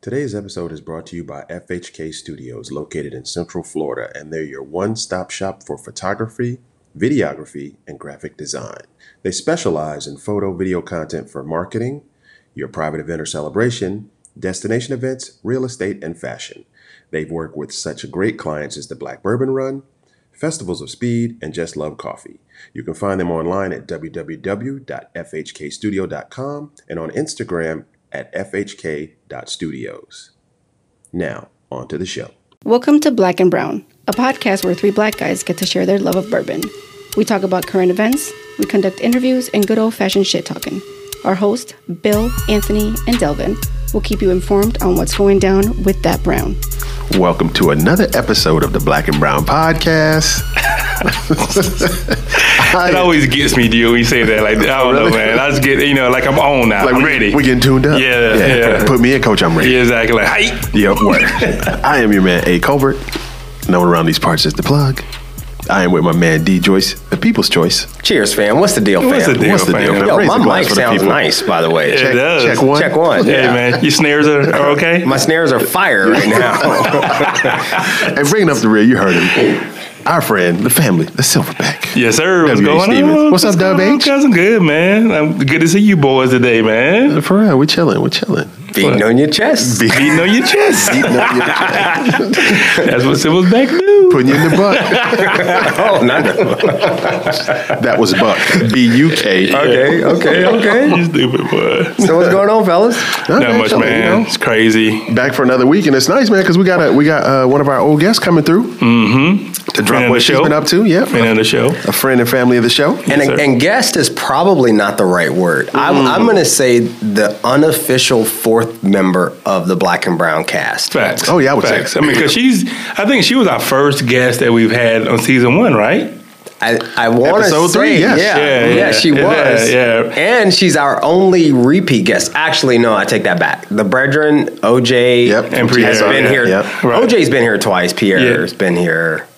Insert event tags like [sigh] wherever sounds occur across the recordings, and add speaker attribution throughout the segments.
Speaker 1: Today's episode is brought to you by FHK Studios, located in Central Florida, and they're your one stop shop for photography, videography, and graphic design. They specialize in photo video content for marketing, your private event or celebration, destination events, real estate, and fashion. They've worked with such great clients as the Black Bourbon Run, Festivals of Speed, and Just Love Coffee. You can find them online at www.fhkstudio.com and on Instagram at fhk.studios. Now, on to the show.
Speaker 2: Welcome to Black and Brown, a podcast where three black guys get to share their love of bourbon. We talk about current events, we conduct interviews, and good old fashioned shit talking. Our host, Bill, Anthony, and Delvin, will keep you informed on what's going down with that brown.
Speaker 1: Welcome to another episode of the Black and Brown Podcast.
Speaker 3: It always gets me, dude, when you say that. Like, I don't know, man. I just get, you know, like I'm on now. I'm
Speaker 1: we,
Speaker 3: ready.
Speaker 1: We getting tuned up.
Speaker 3: Yeah, yeah.
Speaker 1: Put me in, coach. I'm ready.
Speaker 3: yeah, exactly. Like, hey,
Speaker 1: Yep, word. [laughs] I am your man, A. Colbert, known around these parts as The Plug. I am with my man, D. Joyce, the people's choice.
Speaker 4: Cheers, fam. What's the deal, fam?
Speaker 3: What's the deal,
Speaker 1: What's the deal,
Speaker 3: fam?
Speaker 1: fam?
Speaker 4: Yo,
Speaker 1: Raise a
Speaker 4: my
Speaker 1: glass
Speaker 4: mic
Speaker 1: for the
Speaker 4: sounds
Speaker 1: people.
Speaker 4: nice, by the way.
Speaker 3: it
Speaker 1: Check-
Speaker 3: does.
Speaker 1: check one.
Speaker 4: Check
Speaker 3: [laughs]
Speaker 4: one.
Speaker 3: Yeah,
Speaker 4: Yeah.
Speaker 3: man. Your snares are, are okay.
Speaker 4: My snares are fire right
Speaker 1: [laughs]
Speaker 4: now.
Speaker 1: And bringing up the rear, you heard him. Our friend, the family, the Silverback.
Speaker 3: yes, sir. What's
Speaker 1: W.H.
Speaker 3: going
Speaker 1: Stevens.
Speaker 3: on?
Speaker 1: What's up, Dub
Speaker 3: going on,
Speaker 1: H?
Speaker 3: Cousin, good, man. I'm good to see you boys today, man.
Speaker 1: For real, we chilling, we chilling.
Speaker 4: Beating on your chest.
Speaker 3: Beating on your chest. That's what Sybil's back do. [laughs]
Speaker 1: Putting you
Speaker 4: [laughs]
Speaker 1: in the buck.
Speaker 4: Oh, not no.
Speaker 1: that was buck. B U K.
Speaker 4: Okay, okay, okay.
Speaker 3: You stupid boy.
Speaker 4: So what's going on, fellas?
Speaker 3: Not much, man. It's crazy.
Speaker 1: Back for another week, and it's nice, man, because we got a, we got uh, one of our old guests coming through mm-hmm. to
Speaker 3: Mm. Friend
Speaker 1: drop
Speaker 3: of the
Speaker 1: what she's
Speaker 3: show.
Speaker 1: been up to. Yeah,
Speaker 3: End of the show.
Speaker 1: a friend and family of the show.
Speaker 4: And,
Speaker 3: Yes, sir. Mm.
Speaker 4: and guest is probably not the right word. I'm, I'm going to say the unofficial fourth member of the Black and Brown cast.
Speaker 3: Facts.
Speaker 1: Oh, yeah, I would say.
Speaker 3: Facts. I mean, because she's, I think she was our first guest that we've had on season one, right?
Speaker 4: I, I want to
Speaker 1: Episode
Speaker 4: say,
Speaker 1: three, yes.
Speaker 4: yeah,
Speaker 3: Yeah,
Speaker 4: yeah,
Speaker 3: yeah,
Speaker 4: she
Speaker 3: yeah,
Speaker 4: was.
Speaker 3: yeah.
Speaker 4: And she's our only repeat guest. Actually, no, I take that back. The brethren, OJ
Speaker 1: Yep.
Speaker 3: And
Speaker 4: has
Speaker 3: Pierre.
Speaker 4: been here.
Speaker 1: Yep.
Speaker 3: Right.
Speaker 4: OJ's been here twice. Pierre's been here.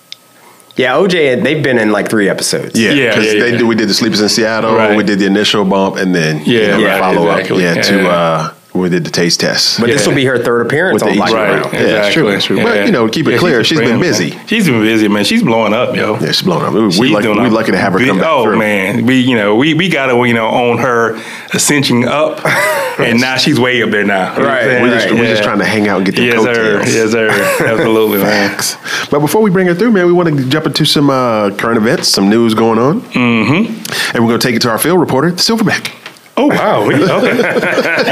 Speaker 4: Yeah, OJ, they've been in like three episodes.
Speaker 1: Yeah,
Speaker 3: Yeah,
Speaker 1: because
Speaker 3: yeah,
Speaker 1: they
Speaker 3: yeah.
Speaker 1: did. We did the Sleepers in Seattle.
Speaker 3: Right.
Speaker 1: We did the initial bump, and then
Speaker 3: Yeah,
Speaker 1: the
Speaker 4: right,
Speaker 1: follow up.
Speaker 3: exactly.
Speaker 1: Yeah, to
Speaker 3: Yeah.
Speaker 1: uh, we did the taste test.
Speaker 4: But this
Speaker 3: Yeah.
Speaker 4: will be her third
Speaker 1: With
Speaker 4: appearance on
Speaker 1: the
Speaker 4: Black
Speaker 1: each-
Speaker 4: and
Speaker 3: Right.
Speaker 4: Brown.
Speaker 1: Yeah, it's true, it's true. But, you know, keep it clear, she's
Speaker 3: a
Speaker 1: been
Speaker 3: friend.
Speaker 1: busy.
Speaker 3: She's been busy, man. She's blowing up, yo.
Speaker 1: yeah, she's blown up. We, we
Speaker 3: She's
Speaker 1: lucky,
Speaker 3: doing
Speaker 1: we
Speaker 3: a
Speaker 1: lucky to have her
Speaker 3: big-
Speaker 1: come back.
Speaker 3: Oh
Speaker 1: through.
Speaker 3: man, we you know we we got to you know on her ascension
Speaker 1: [laughs]
Speaker 3: up, and now she's way up there now. You know what I'm
Speaker 4: Right,
Speaker 3: saying?
Speaker 1: we just,
Speaker 4: right,
Speaker 1: we just trying to hang out and get them
Speaker 3: Yes, sir.
Speaker 1: coattails.
Speaker 3: Yes, sir. Absolutely, man.
Speaker 1: Facts. But before we bring her through, man, we want to jump into some uh, current events, some news going on, mm-hmm. and we're going to take it to our field reporter, Silverback.
Speaker 3: Oh wow! We-
Speaker 1: [laughs]
Speaker 3: okay. [laughs]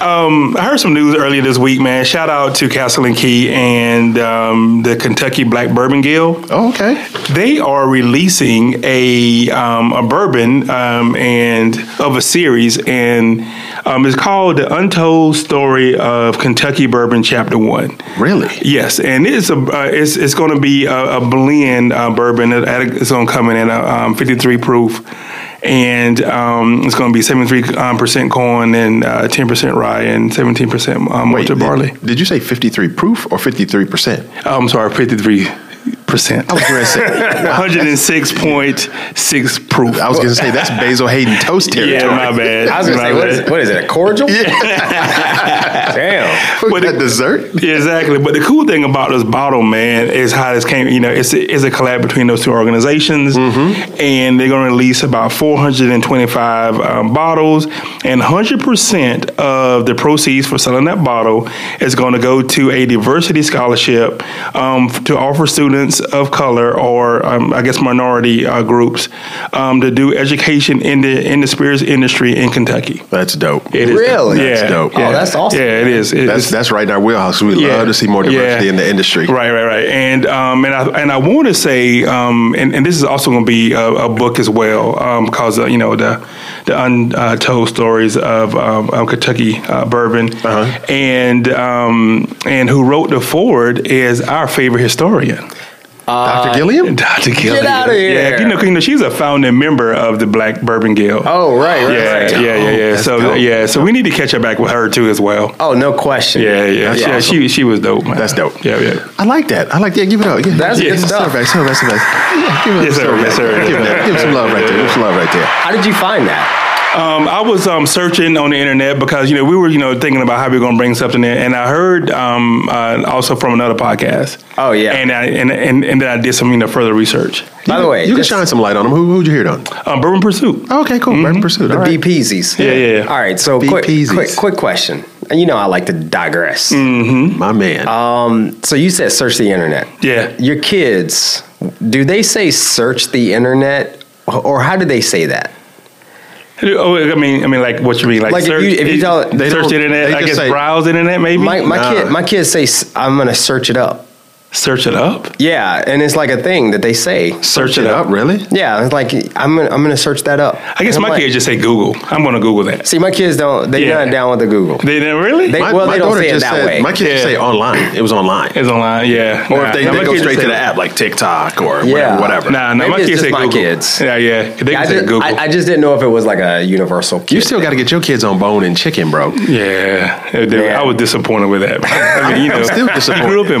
Speaker 3: um, I heard some news earlier this week, man. Shout out to Castle and Key and um, the Kentucky Black Bourbon Guild.
Speaker 1: Oh, okay.
Speaker 3: they are releasing a um, a bourbon um, and of a series, and um, it's called the Untold Story of Kentucky Bourbon Chapter One.
Speaker 1: Really?
Speaker 3: Yes, and it's a uh, it's it's going to be a, a blend uh, bourbon. It- It's going to come in at a, um, 53 proof, and um, it's going to be 73 um, percent corn and uh, 10 percent rye and 17 percent um,
Speaker 1: did,
Speaker 3: malted barley.
Speaker 1: Did you say 53 proof or 53 percent?
Speaker 3: I'm sorry, 53 percent.
Speaker 1: I
Speaker 5: Oh,
Speaker 1: was going to say. wow,
Speaker 3: [coughs] 106.6 proof.
Speaker 1: [laughs] I was going to say that's Basil Hayden toast territory.
Speaker 3: Yeah, my
Speaker 1: [laughs]
Speaker 3: bad.
Speaker 4: I was going to
Speaker 3: My
Speaker 4: say, what is,
Speaker 3: bad.
Speaker 4: it- what is it, a cordial? [laughs] Damn.
Speaker 1: What
Speaker 3: But
Speaker 1: that
Speaker 3: it-
Speaker 1: dessert?
Speaker 3: Yeah, exactly. But the cool thing about this bottle, man, is how this came. You know, it's a, it's a collab between those two organizations,
Speaker 4: Mm-hmm.
Speaker 3: and they're going to release about 425 um, bottles, and 100 percent of the proceeds for selling that bottle is going to go to a diversity scholarship um, f- to offer students of color or um, I guess minority uh, groups um, to do education in the in the spirits industry in Kentucky.
Speaker 1: That's dope.
Speaker 3: It is
Speaker 4: Really?
Speaker 3: yeah,
Speaker 1: That's dope.
Speaker 3: Yeah.
Speaker 4: Oh, that's awesome.
Speaker 3: Yeah, it is. It-
Speaker 1: That's
Speaker 3: it's-
Speaker 1: that's right in our wheelhouse. We love to see more diversity
Speaker 3: yeah.
Speaker 1: in the industry.
Speaker 3: Right, right, right. And um, and I and I want to say, um, and, and this is also going to be a, a book as well, um, because uh, you know the the untold stories of, um, of Kentucky uh, bourbon,
Speaker 1: Uh-huh.
Speaker 3: and um, and who wrote the forward is our favorite historian.
Speaker 1: Dr.
Speaker 4: Uh,
Speaker 1: Gilliam?
Speaker 3: Dr. Kelly.
Speaker 4: outta
Speaker 3: Yeah,
Speaker 4: here.
Speaker 3: you know, 'cause, you know, she's a founding member of the Black Bourbon Guild.
Speaker 4: Oh, right, right,
Speaker 3: yeah,
Speaker 4: right.
Speaker 3: yeah, yeah, yeah.
Speaker 1: That's
Speaker 3: So
Speaker 1: dope.
Speaker 3: yeah, so we need to catch her back with her too as well.
Speaker 4: Oh, no question.
Speaker 3: Yeah, yeah,
Speaker 1: That's
Speaker 3: yeah.
Speaker 1: awesome.
Speaker 3: She she was dope. Man.
Speaker 1: That's dope.
Speaker 3: Yeah, yeah.
Speaker 1: I like that. I like that. Give it up. Yeah.
Speaker 4: That's
Speaker 1: yeah.
Speaker 4: good stuff.
Speaker 1: Silverback, Silverback, Silverback. Yeah, give it up.
Speaker 3: Yes, sir.
Speaker 1: Silverback.
Speaker 3: Yes, sir.
Speaker 1: Give it up. Give him some love right there. Give him some love right there.
Speaker 4: How did you find that?
Speaker 3: Um, I was um, searching on the internet because you know we were you know thinking about how we are going to bring something in, and I heard um, uh, also from another podcast.
Speaker 4: Oh, yeah.
Speaker 3: and uh, I and, and and then I did some you know further research.
Speaker 4: By the way,
Speaker 5: you can
Speaker 4: just
Speaker 5: shine some light on them. Who, who'd you hear it on? Mm-hmm.
Speaker 3: Um, Bourbon Pursuit.
Speaker 5: Okay, cool. Bourbon Pursuit.
Speaker 4: the
Speaker 5: All right.
Speaker 4: BPZs.
Speaker 3: Yeah, yeah, yeah.
Speaker 4: All right, so quick,
Speaker 5: BPZs.
Speaker 4: quick, quick question. And you know I like to digress.
Speaker 5: My man.
Speaker 4: Um, So you said search the internet.
Speaker 3: Yeah.
Speaker 4: Your kids, do they say search the internet, or how do they say that?
Speaker 3: Oh, I mean, I mean, like what you mean, like,
Speaker 4: Like, if
Speaker 3: search,
Speaker 4: you- if you tell-
Speaker 5: they
Speaker 3: search
Speaker 5: don't-
Speaker 3: the internet,
Speaker 5: they
Speaker 3: I
Speaker 5: just
Speaker 3: guess
Speaker 5: say-
Speaker 3: browse the internet, maybe
Speaker 4: My my
Speaker 5: Nah.
Speaker 4: kid, my kids say s- I'm gonna search it up.
Speaker 3: search it up,
Speaker 4: Yeah, and it's like a thing that they say.
Speaker 3: search it up.
Speaker 5: really?
Speaker 4: Yeah, it's like I'm gonna I'm gonna search that up.
Speaker 3: I guess my kids just say Google. I'm going to Google that.
Speaker 4: See, my kids don't. They're
Speaker 3: Yeah.
Speaker 4: not down with the Google.
Speaker 3: They didn't really.
Speaker 4: They-
Speaker 5: My,
Speaker 4: well,
Speaker 5: my
Speaker 4: don't
Speaker 5: daughter
Speaker 4: say it
Speaker 5: just
Speaker 4: that
Speaker 5: said
Speaker 4: way.
Speaker 5: my kids just
Speaker 3: Yeah.
Speaker 5: say online. It was online.
Speaker 3: it's online, yeah.
Speaker 5: Or if they,
Speaker 3: Nah,
Speaker 5: they
Speaker 3: my
Speaker 5: go
Speaker 3: kids
Speaker 5: straight
Speaker 3: say-
Speaker 5: to the app like TikTok or
Speaker 4: Yeah.
Speaker 5: whatever. whatever.
Speaker 3: Nah, nah,
Speaker 4: Maybe
Speaker 3: my
Speaker 4: it's
Speaker 3: kids
Speaker 4: just
Speaker 3: say
Speaker 4: my
Speaker 3: Google.
Speaker 4: kids.
Speaker 3: Yeah, yeah. They
Speaker 4: I
Speaker 3: can say
Speaker 4: just,
Speaker 3: Google.
Speaker 4: I, I just didn't know if it was like a universal.
Speaker 5: You
Speaker 4: kid
Speaker 5: still
Speaker 4: thing.
Speaker 5: got to get your kids on bone and chicken, bro.
Speaker 3: Yeah, it- they-
Speaker 4: Yeah.
Speaker 3: I was disappointed with that. [laughs] I mean, you know,
Speaker 5: still
Speaker 3: I
Speaker 5: disappointed.
Speaker 3: grew up in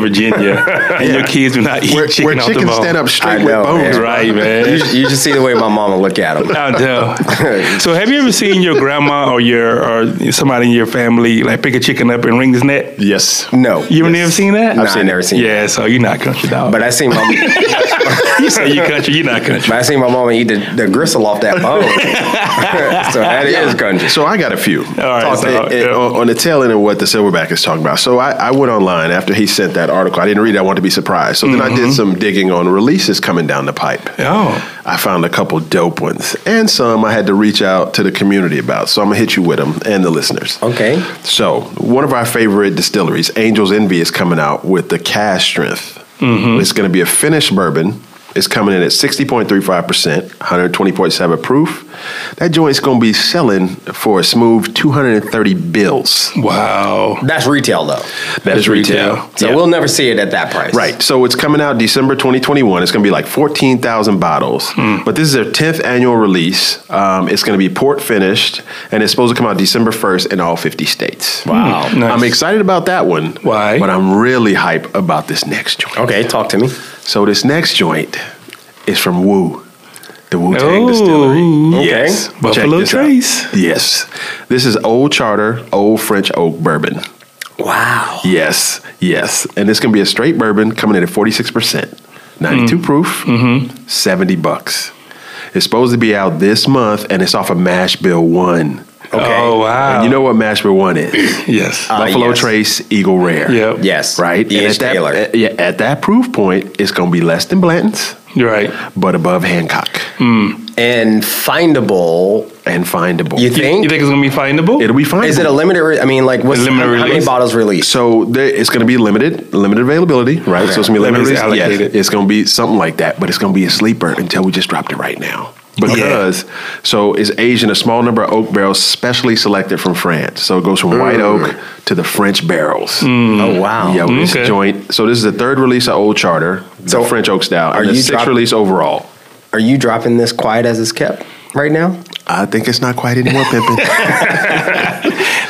Speaker 5: [laughs]
Speaker 3: Virginia, and your kids do not eat
Speaker 5: Where,
Speaker 3: chicken
Speaker 5: where
Speaker 3: off
Speaker 5: chickens
Speaker 3: the bone.
Speaker 5: stand up straight
Speaker 4: I
Speaker 5: with
Speaker 4: know,
Speaker 5: bones.
Speaker 4: man.
Speaker 5: bro.
Speaker 3: right,
Speaker 4: You,
Speaker 3: man. [laughs]
Speaker 4: should- you should see the way my mama look at them.
Speaker 5: [laughs]
Speaker 3: I'll tell. So, have you ever seen your grandma or your or somebody in your family like pick a chicken up and wring his neck?
Speaker 5: Yes.
Speaker 4: No,
Speaker 3: You ever
Speaker 4: Yes.
Speaker 3: never seen that?
Speaker 4: I've seen- never seen
Speaker 3: Yeah, so you're not country dog.
Speaker 4: But I seen my.
Speaker 3: you say you country, you're not
Speaker 5: [laughs]
Speaker 3: country.
Speaker 4: But I seen my mama eat the, the gristle off that
Speaker 3: [laughs]
Speaker 4: bone. so that is country.
Speaker 5: So I got a few. All
Speaker 3: right, so-
Speaker 5: on, on the tail end of what the Silverback is talking about. So I, I went online after he sent that article. I didn't read it. I wanted to be surprised. So then I
Speaker 3: Mm-hmm.
Speaker 5: did some digging on releases coming down the pipe.
Speaker 3: Oh,
Speaker 5: I found a couple dope ones and some I had to reach out to the community about. So I'm going to hit you with them and the listeners.
Speaker 4: Okay.
Speaker 5: So, one of our favorite distilleries, Angel's Envy, is coming out with the cash strength. It's going to be a finished bourbon. It's coming in at 60.35%, 120.7 proof. That joint's going to be selling for a smooth 230 bills.
Speaker 3: wow.
Speaker 4: That's retail though.
Speaker 5: That is retail.
Speaker 3: retail.
Speaker 4: So we'll never see it at that price.
Speaker 5: Right. So it's coming out December 2021. It's going to be like 14,000 bottles. But this is their 10th annual release. Um, it's going to be port finished, and it's supposed to come out December 1st in all 50 states.
Speaker 4: Wow.
Speaker 3: Hmm. Nice.
Speaker 5: I'm excited about that one.
Speaker 3: Why?
Speaker 5: But I'm really hype about this next joint.
Speaker 4: Okay, talk to me.
Speaker 5: So this next joint is from Wu, the Wu Tang
Speaker 3: Oh,
Speaker 5: Distillery.
Speaker 4: okay.
Speaker 5: Yes. Check
Speaker 3: Buffalo
Speaker 5: this out.
Speaker 3: Trace.
Speaker 5: Yes. This is Old Charter, Old French Oak Bourbon.
Speaker 4: Wow.
Speaker 5: Yes, yes. And it's going to be a straight bourbon coming in at 46%, 92
Speaker 3: Mm-hmm.
Speaker 5: proof, 70 bucks. It's supposed to be out this month and it's off of Mash Bill 1.
Speaker 4: Okay.
Speaker 3: Oh wow.
Speaker 5: And you know what Mash Bill 1 is?
Speaker 3: Yes.
Speaker 4: Uh,
Speaker 5: Buffalo
Speaker 4: yes.
Speaker 5: Trace Eagle Rare.
Speaker 3: yep.
Speaker 4: Yes.
Speaker 5: Right?
Speaker 4: E.
Speaker 5: at
Speaker 4: H.
Speaker 5: that,
Speaker 4: Taylor.
Speaker 5: uh, yeah, at that proof point, it's going to be less than Blanton's,
Speaker 3: You're right.
Speaker 5: but above Hancock
Speaker 3: Hmm.
Speaker 4: and findable.
Speaker 5: and findable.
Speaker 4: You
Speaker 3: You,
Speaker 4: think?
Speaker 3: you think it's gonna be findable?
Speaker 5: It'll be findable.
Speaker 4: is it a limited? Re- I mean, like, what's
Speaker 3: A limited
Speaker 4: how many
Speaker 3: release?
Speaker 4: bottles released?
Speaker 5: So there, it's going to be limited, limited availability, right? So it's going to be
Speaker 3: That means
Speaker 5: limited.
Speaker 3: it's
Speaker 5: release.
Speaker 3: allocated.
Speaker 5: Yeah, it's going to be something like that, but it's going to be a sleeper until we just dropped it right now. Because so it's aged in a small number of oak barrels, specially selected from France. So it goes from white
Speaker 3: Mm.
Speaker 5: oak to the French barrels.
Speaker 4: oh wow.
Speaker 5: Yo, this
Speaker 3: Okay.
Speaker 5: joint. So this is the third release of Old Charter,
Speaker 4: So
Speaker 5: the French Oak Stout,
Speaker 4: are
Speaker 5: and the
Speaker 4: you
Speaker 5: sixth
Speaker 4: drop-
Speaker 5: release overall.
Speaker 4: Are you dropping this quiet as it's kept right now?
Speaker 5: I think it's not quite anymore, [laughs] pimping.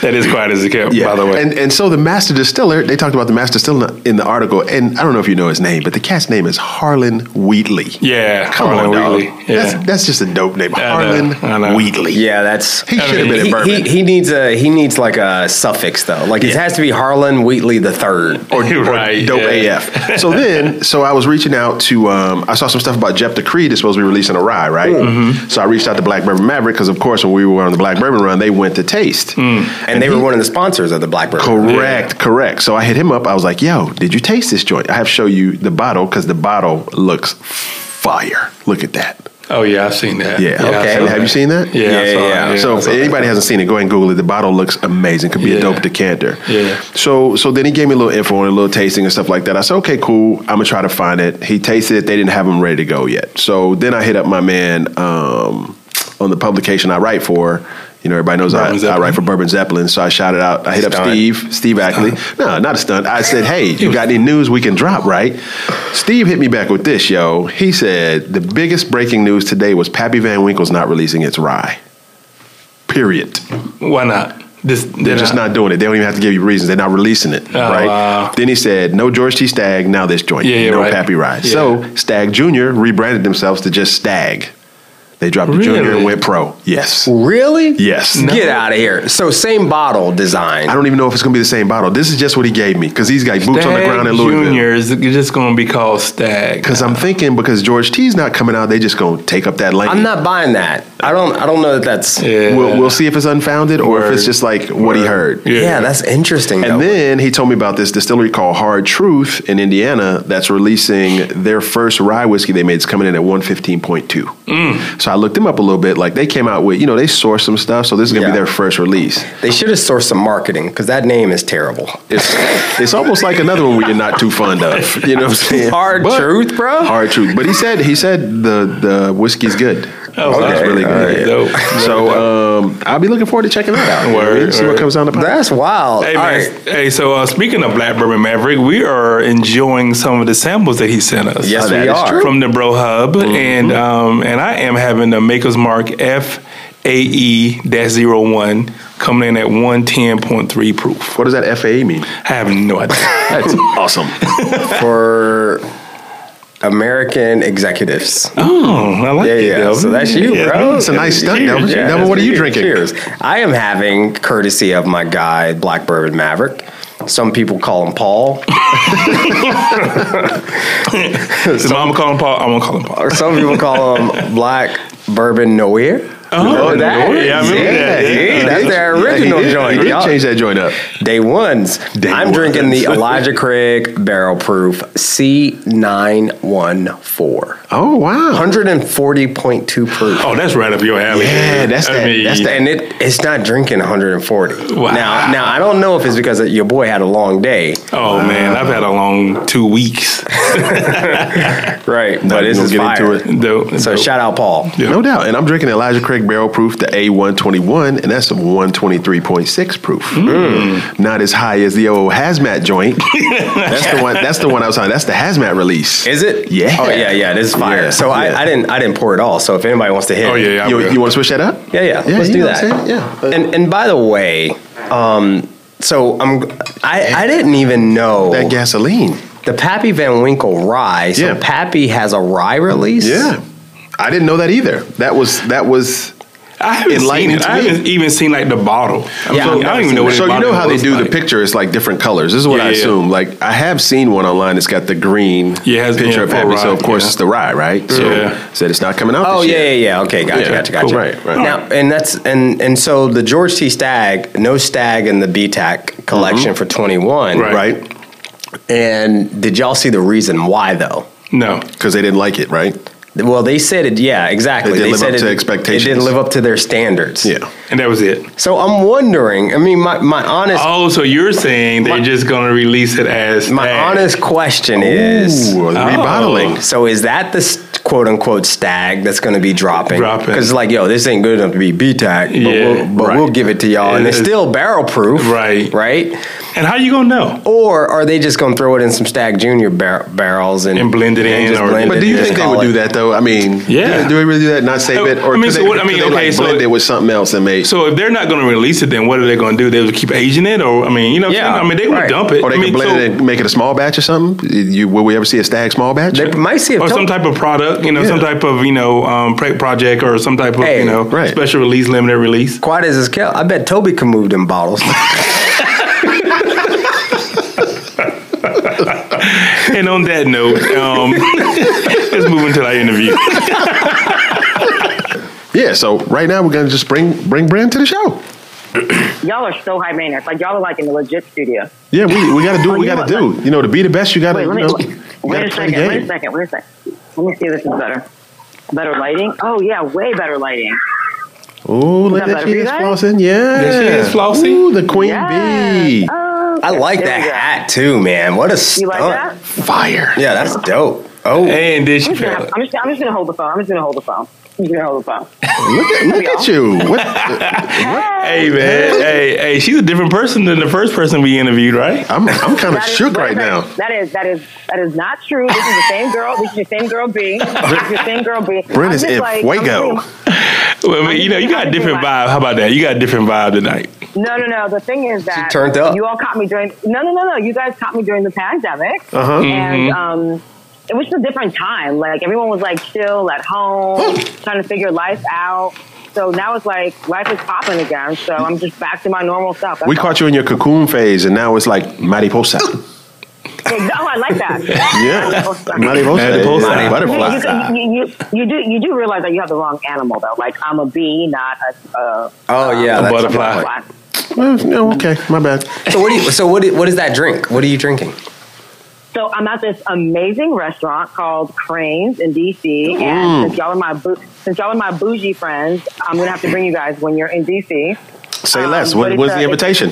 Speaker 3: That is quite as it kept, by the way.
Speaker 5: And and so the master distiller, they talked about the master distiller in the, in the article, and I don't know if you know his name, but the cat's name is Harlan Wheatley.
Speaker 3: yeah.
Speaker 5: Come
Speaker 3: Harlan
Speaker 5: on, dog.
Speaker 3: Wheatley. Yeah.
Speaker 5: That's, that's just a dope name,
Speaker 3: I know,
Speaker 5: Harlan
Speaker 3: I know.
Speaker 5: Wheatley.
Speaker 4: Yeah, that's
Speaker 5: he should have been
Speaker 4: he,
Speaker 5: in
Speaker 4: he,
Speaker 5: bourbon.
Speaker 4: he needs a he needs like a suffix though. Like it has to be Harlan Wheatley the third.
Speaker 5: or, or
Speaker 3: Right,
Speaker 5: dope
Speaker 3: yeah.
Speaker 5: AF.
Speaker 3: [laughs]
Speaker 5: So then, so I was reaching out to, um, I saw some stuff about Jeff the Creed is supposed to be releasing a rye, right?
Speaker 3: Mm-hmm.
Speaker 5: So I reached out to Black Bourbon Maverick because, of course, when we were on the Black Bourbon Run, they went to taste.
Speaker 3: Mm.
Speaker 4: And, they were one of the sponsors of the Blackbird.
Speaker 5: Correct, correct. So I hit him up. I was like, "Yo, did you taste this joint? I have to show you the bottle because the bottle looks fire. Look at that.
Speaker 3: Oh yeah, I've seen that.
Speaker 5: Yeah.
Speaker 3: I
Speaker 4: Okay.
Speaker 3: saw
Speaker 5: And have you seen that?
Speaker 3: Yeah, I
Speaker 4: Yeah,
Speaker 3: saw
Speaker 4: yeah.
Speaker 3: That.
Speaker 5: so
Speaker 3: I
Speaker 5: if
Speaker 3: saw that.
Speaker 5: anybody hasn't seen it, go ahead and Google it. The bottle looks amazing. Could be a
Speaker 3: Yeah.
Speaker 5: dope decanter.
Speaker 3: Yeah.
Speaker 5: So so then he gave me a little info on it, a little tasting and stuff like that. I said, okay, cool. I'm gonna try to find it. He tasted it. They didn't have them ready to go yet. So then I hit up my man um, on the publication I write for. You know, everybody knows I, I
Speaker 3: Bourbon
Speaker 5: write
Speaker 3: Zeppelin. Uh-huh.
Speaker 5: for Bourbon Zeppelin. So I shouted out. I hit up
Speaker 4: Stunt.
Speaker 5: Steve. Steve Ackley. No, not a stunt. I said, hey, you got any news we can drop? Right. Steve hit me back with this, yo. He said the biggest breaking news today was Pappy Van Winkle's not releasing its rye. Period.
Speaker 3: Why not? This
Speaker 5: They're just not doing it. They don't even have to give you reasons. They're not releasing it, right?
Speaker 3: Oh, wow.
Speaker 5: Then he said, "No George T. Stag. Now this joint.
Speaker 3: Yeah, yeah,
Speaker 5: no
Speaker 3: right.
Speaker 5: Pappy Rye."
Speaker 3: Yeah.
Speaker 5: So Stag Junior rebranded themselves to just Stag. They dropped the junior
Speaker 3: Really?
Speaker 5: and went pro. Yes.
Speaker 4: Really?
Speaker 5: Yes.
Speaker 4: Get out of here. So same bottle design.
Speaker 5: I don't even know if it's gonna be the same bottle. This is just what he gave me because he's got boots on the ground in Louisville.
Speaker 3: Junior is just going to be called Stag.
Speaker 5: Because I'm thinking because George T's not coming out, they just gonna take up that lane.
Speaker 4: I'm not buying that. I don't. I don't know that that's. Yeah,
Speaker 3: Yeah.
Speaker 5: We'll, we'll see if it's unfounded or if it's just like what he heard.
Speaker 4: that's interesting.
Speaker 5: And
Speaker 4: though.
Speaker 5: then he told me about this distillery called Hard Truth in Indiana that's releasing their first rye whiskey they made. It's coming in at 115.2. So I looked them up a little bit. Like they came out with, you know, they sourced some stuff. So this is going to
Speaker 4: Yeah.
Speaker 5: be their first release.
Speaker 4: they should have sourced some marketing because that name is terrible.
Speaker 5: It's, it's almost like another one we're not too fond of. You know what I'm saying?
Speaker 4: Hard
Speaker 5: But-
Speaker 4: truth, bro.
Speaker 5: Hard truth. But he said he said the the whiskey's good.
Speaker 3: Oh,
Speaker 5: so that's
Speaker 3: okay.
Speaker 5: really
Speaker 3: All right.
Speaker 5: good.
Speaker 3: Dope.
Speaker 5: So um, I'll be looking forward to checking that out.
Speaker 3: Word,
Speaker 5: see what
Speaker 3: word.
Speaker 5: comes down the pipe.
Speaker 4: That's wild.
Speaker 3: Hey,
Speaker 4: All
Speaker 3: man,
Speaker 4: right.
Speaker 3: hey so uh, speaking of Black Bourbon Maverick, we are enjoying some of the samples that he sent us.
Speaker 4: Yes,
Speaker 5: that
Speaker 4: we
Speaker 5: is
Speaker 4: are.
Speaker 5: true.
Speaker 3: From the Bro Hub.
Speaker 5: Mm-hmm.
Speaker 3: And um, and I am having the Maker's Mark E FAE-01 coming in at 110.3 proof.
Speaker 5: What does that FAA mean?
Speaker 3: I have no idea.
Speaker 5: That's [laughs] awesome.
Speaker 4: for American executives.
Speaker 3: oh,
Speaker 5: Hmm,
Speaker 3: I like
Speaker 4: Yeah,
Speaker 3: it,
Speaker 4: yeah.
Speaker 3: Delvin.
Speaker 4: So that's you,
Speaker 3: Yeah.
Speaker 4: bro.
Speaker 5: It's a nice stunt,
Speaker 3: Cheers.
Speaker 5: Delvin.
Speaker 3: Yeah.
Speaker 5: Delvin, what are you drinking?
Speaker 4: Cheers. I am having, courtesy of my guy, Black Bourbon Maverick. Some people call him Paul,
Speaker 3: His mama call him Paul. I'm gonna call him Paul.
Speaker 4: or some people call him Black Bourbon Nowhere.
Speaker 3: Oh, Nowhere. Yeah, I remember
Speaker 4: [laughs] yeah,
Speaker 3: that.
Speaker 4: dude,
Speaker 3: Yeah.
Speaker 4: that's their original
Speaker 5: he did,
Speaker 4: joint.
Speaker 5: He did
Speaker 4: y'all.
Speaker 5: change that joint up.
Speaker 4: Day ones. I'm
Speaker 5: ones.
Speaker 4: drinking the Elijah Craig Barrel Proof C914.
Speaker 5: Oh wow.
Speaker 4: 140.2 proof.
Speaker 3: Oh, that's right up your alley.
Speaker 5: Yeah, that's that- that's
Speaker 4: It's the- and it it's not drinking 140.
Speaker 3: Wow.
Speaker 4: Now, now I don't know if it's because your boy had a long day,
Speaker 3: Oh man, I've had a long two weeks.
Speaker 4: right? But
Speaker 5: we
Speaker 4: this
Speaker 5: gonna
Speaker 4: is
Speaker 5: get
Speaker 4: fire.
Speaker 3: [laughs]
Speaker 5: into it.
Speaker 3: Dope.
Speaker 4: So
Speaker 3: Dope.
Speaker 4: shout out Paul.
Speaker 3: Yeah.
Speaker 5: No doubt. And I'm drinking Elijah Craig Barrel Proof, the A121, and that's a 123.6 proof.
Speaker 3: Mm.
Speaker 5: Not as high as the old hazmat
Speaker 3: [laughs]
Speaker 5: joint. that's the one. That's the one I was on. That's the hazmat release.
Speaker 4: Is it?
Speaker 5: Yeah.
Speaker 4: Oh yeah, yeah. This is fire.
Speaker 5: Yeah,
Speaker 4: so
Speaker 5: yeah.
Speaker 4: I, I didn't I didn't pour it all. So if anybody wants to hit,
Speaker 3: Oh
Speaker 4: it,
Speaker 3: yeah, yeah.
Speaker 5: You,
Speaker 3: I'm
Speaker 5: you want to switch that up?
Speaker 4: Yeah, yeah. Let's
Speaker 5: you
Speaker 4: do
Speaker 5: know
Speaker 4: that.
Speaker 5: what I'm saying? Yeah. But
Speaker 4: And and by the way, um, so I'm I, I didn't even know
Speaker 5: that gasoline.
Speaker 4: the Pappy Van Winkle rye. So
Speaker 5: Yeah.
Speaker 4: Pappy has a rye release.
Speaker 5: Yeah. I didn't know that either. That was that was
Speaker 3: I haven't seen
Speaker 5: Enlightening
Speaker 3: it.
Speaker 5: to
Speaker 3: I
Speaker 5: me.
Speaker 3: haven't even seen like the bottle. I'm
Speaker 4: Yeah,
Speaker 3: so-
Speaker 4: I've
Speaker 3: I
Speaker 4: never
Speaker 3: don't even
Speaker 4: seen
Speaker 3: know what.
Speaker 5: so
Speaker 3: the
Speaker 5: you know
Speaker 3: bottle
Speaker 5: how they
Speaker 3: looks
Speaker 5: do the
Speaker 3: like.
Speaker 5: picture it's like different colors this is what
Speaker 3: Yeah,
Speaker 5: i
Speaker 3: yeah.
Speaker 5: assume like i have seen one online it's got the green
Speaker 3: Yeah, it has
Speaker 5: picture of
Speaker 3: been for a
Speaker 5: happy so
Speaker 3: rye,
Speaker 5: of course
Speaker 3: yeah.
Speaker 5: it's the rye right so
Speaker 3: Yeah.
Speaker 5: said it's not coming out
Speaker 4: Oh
Speaker 5: this
Speaker 4: yeah,
Speaker 5: year.
Speaker 4: yeah, yeah. Okay, gotcha,
Speaker 5: Yeah,
Speaker 4: gotcha,
Speaker 5: cool.
Speaker 4: gotcha.
Speaker 5: Right, right.
Speaker 4: Now, and that's and and so the George T. Stag, no Stag in the BTAC collection for twenty one.
Speaker 3: Right.
Speaker 5: Mm-hmm. right
Speaker 4: And did y'all see the reason why though?
Speaker 3: No,
Speaker 5: because they didn't like it right
Speaker 4: Well, they said it. Yeah, exactly.
Speaker 5: It didn't
Speaker 4: they
Speaker 5: live
Speaker 4: said
Speaker 5: up to
Speaker 4: It
Speaker 5: expectations.
Speaker 4: didn't live up to their standards.
Speaker 5: yeah
Speaker 3: and that was it.
Speaker 4: So I'm wondering. I mean, my my honest
Speaker 3: Oh, so you're saying they're just gonna release it as
Speaker 4: my
Speaker 3: that.
Speaker 4: honest question is.
Speaker 3: Oh.
Speaker 5: Ooh, rebottling
Speaker 4: So is that the s- quote unquote stag that's going to be dropping?
Speaker 3: Dropping.
Speaker 4: Because like, yo, this ain't good enough to be BTAC, but,
Speaker 3: Yeah,
Speaker 4: we'll, but
Speaker 5: right.
Speaker 4: we'll give it to y'all, and
Speaker 3: It
Speaker 4: it's
Speaker 3: is-
Speaker 4: still barrel proof,
Speaker 3: Right.
Speaker 4: Right.
Speaker 3: And how you gonna know?
Speaker 4: Or are they just going to throw it in some Stag Junior bar- barrels and,
Speaker 3: And blend it in
Speaker 4: just
Speaker 3: or-
Speaker 4: blend
Speaker 5: but
Speaker 4: it
Speaker 5: do you
Speaker 4: in,
Speaker 5: think they
Speaker 4: call
Speaker 5: would
Speaker 4: it-
Speaker 5: do that though i mean
Speaker 3: Yeah.
Speaker 5: do, do they really do that not save
Speaker 3: Uh,
Speaker 5: it or
Speaker 3: I mean,
Speaker 5: could
Speaker 3: so
Speaker 5: they,
Speaker 3: what- I
Speaker 5: could
Speaker 3: mean,
Speaker 5: they,
Speaker 3: okay,
Speaker 5: like
Speaker 3: so-
Speaker 5: blend it with something else and make
Speaker 3: So if they're not gonna release it, then what are they gonna do? They would keep aging it, or I mean, you know, what I'm
Speaker 4: Yeah,
Speaker 3: saying? I mean, they would
Speaker 4: right.
Speaker 3: dump it.
Speaker 5: or they
Speaker 3: I mean,
Speaker 5: could blend
Speaker 3: so-
Speaker 5: it and make it a small batch or something you will we ever see a stag small batch
Speaker 4: They might see a
Speaker 3: or
Speaker 4: to-
Speaker 3: some type of product, you know, some type of you know um, pre- project or some type of
Speaker 4: Hey,
Speaker 3: you know
Speaker 5: right.
Speaker 3: special release, limited
Speaker 4: [laughs]
Speaker 3: release.
Speaker 4: Quiet as his cat. I bet Toby can move them bottles.
Speaker 3: [laughs] And on that note, um, [laughs] let's move into our interview.
Speaker 5: yeah so right now we're gonna just bring bring brand to the show
Speaker 6: Y'all are so high maintenance. Like y'all are like in the legit studio.
Speaker 5: yeah we, we gotta do what we
Speaker 6: you know
Speaker 5: gotta
Speaker 6: what?
Speaker 5: do you know to be the best you gotta
Speaker 6: Wait,
Speaker 5: you
Speaker 6: let me
Speaker 5: know,
Speaker 6: wait,
Speaker 5: you
Speaker 6: wait
Speaker 5: gotta
Speaker 6: a
Speaker 5: play the
Speaker 6: second. Wait
Speaker 5: game.
Speaker 6: a second. Wait a second. Let me see if this is better. Better lighting. Oh yeah, way better lighting.
Speaker 5: Oh, look
Speaker 6: that
Speaker 5: at
Speaker 6: better
Speaker 5: she
Speaker 6: for you
Speaker 5: is
Speaker 6: guys?
Speaker 5: flossing. Yeah.
Speaker 3: There she is, Flossie.
Speaker 5: Ooh, the queen
Speaker 6: Yes.
Speaker 5: bee.
Speaker 6: Oh,
Speaker 4: I like
Speaker 6: there
Speaker 4: that
Speaker 6: we go.
Speaker 4: hat too, man. What a
Speaker 6: You
Speaker 4: stunt.
Speaker 5: Oh.
Speaker 6: like that?
Speaker 5: Fire.
Speaker 4: Yeah, that's dope. Oh,
Speaker 3: And did
Speaker 6: I'm
Speaker 3: she
Speaker 6: just, gonna
Speaker 3: fail?
Speaker 6: have, I'm, just, I'm just gonna hold the phone. I'm just gonna hold the phone. I'm just gonna hold the phone.
Speaker 5: Look at, look at you. What,
Speaker 6: [laughs]
Speaker 3: Hey man, hey, hey, she's a different person than the first person we interviewed, right?
Speaker 6: [laughs]
Speaker 5: I'm, I'm kind of
Speaker 6: That is-
Speaker 5: shook
Speaker 6: wait
Speaker 5: right
Speaker 6: a second.
Speaker 5: now.
Speaker 6: That is that is that is not true. This is the same girl. This is the same girl B. This is the same girl B.
Speaker 5: Brent is in Fuego.
Speaker 3: Well, I mean, you know, you got a different vibe. How about that? You got a different vibe tonight.
Speaker 6: No, no, no. The thing is that
Speaker 4: turned up.
Speaker 6: You all caught me during. No, no, no, no. You guys caught me during the pandemic, and um, it was just a different time. Like everyone was like chill at home, trying to figure life out. So now it's like life is popping again. So I'm just back to my normal self. That's
Speaker 5: We
Speaker 6: all.
Speaker 5: caught you in your cocoon phase, and now it's like [laughs] mariposa.
Speaker 6: Yeah, Oh, I like that.
Speaker 5: Yeah.
Speaker 6: [laughs] Mariposa.
Speaker 5: Mariposa. is
Speaker 3: Mariposa.
Speaker 5: like
Speaker 6: Yeah,
Speaker 5: Butterfly.
Speaker 6: you, you, you, you do you do realize that you have the wrong animal though. Like I'm a bee, not a. Uh,
Speaker 4: Oh yeah, that's-
Speaker 3: butterfly.
Speaker 5: Well, Uh, no, okay, my bad.
Speaker 4: So what do you? So what? do- What is that drink? What are you drinking?
Speaker 6: So I'm at this amazing restaurant called Cranes in DC, and since y'all are my bou- since y'all are my bougie friends, I'm gonna have to bring you guys when you're in DC.
Speaker 5: Say
Speaker 6: Um,
Speaker 5: less.
Speaker 6: but
Speaker 5: What,
Speaker 6: it's
Speaker 5: what's
Speaker 6: a-
Speaker 5: the
Speaker 6: it's-
Speaker 5: invitation?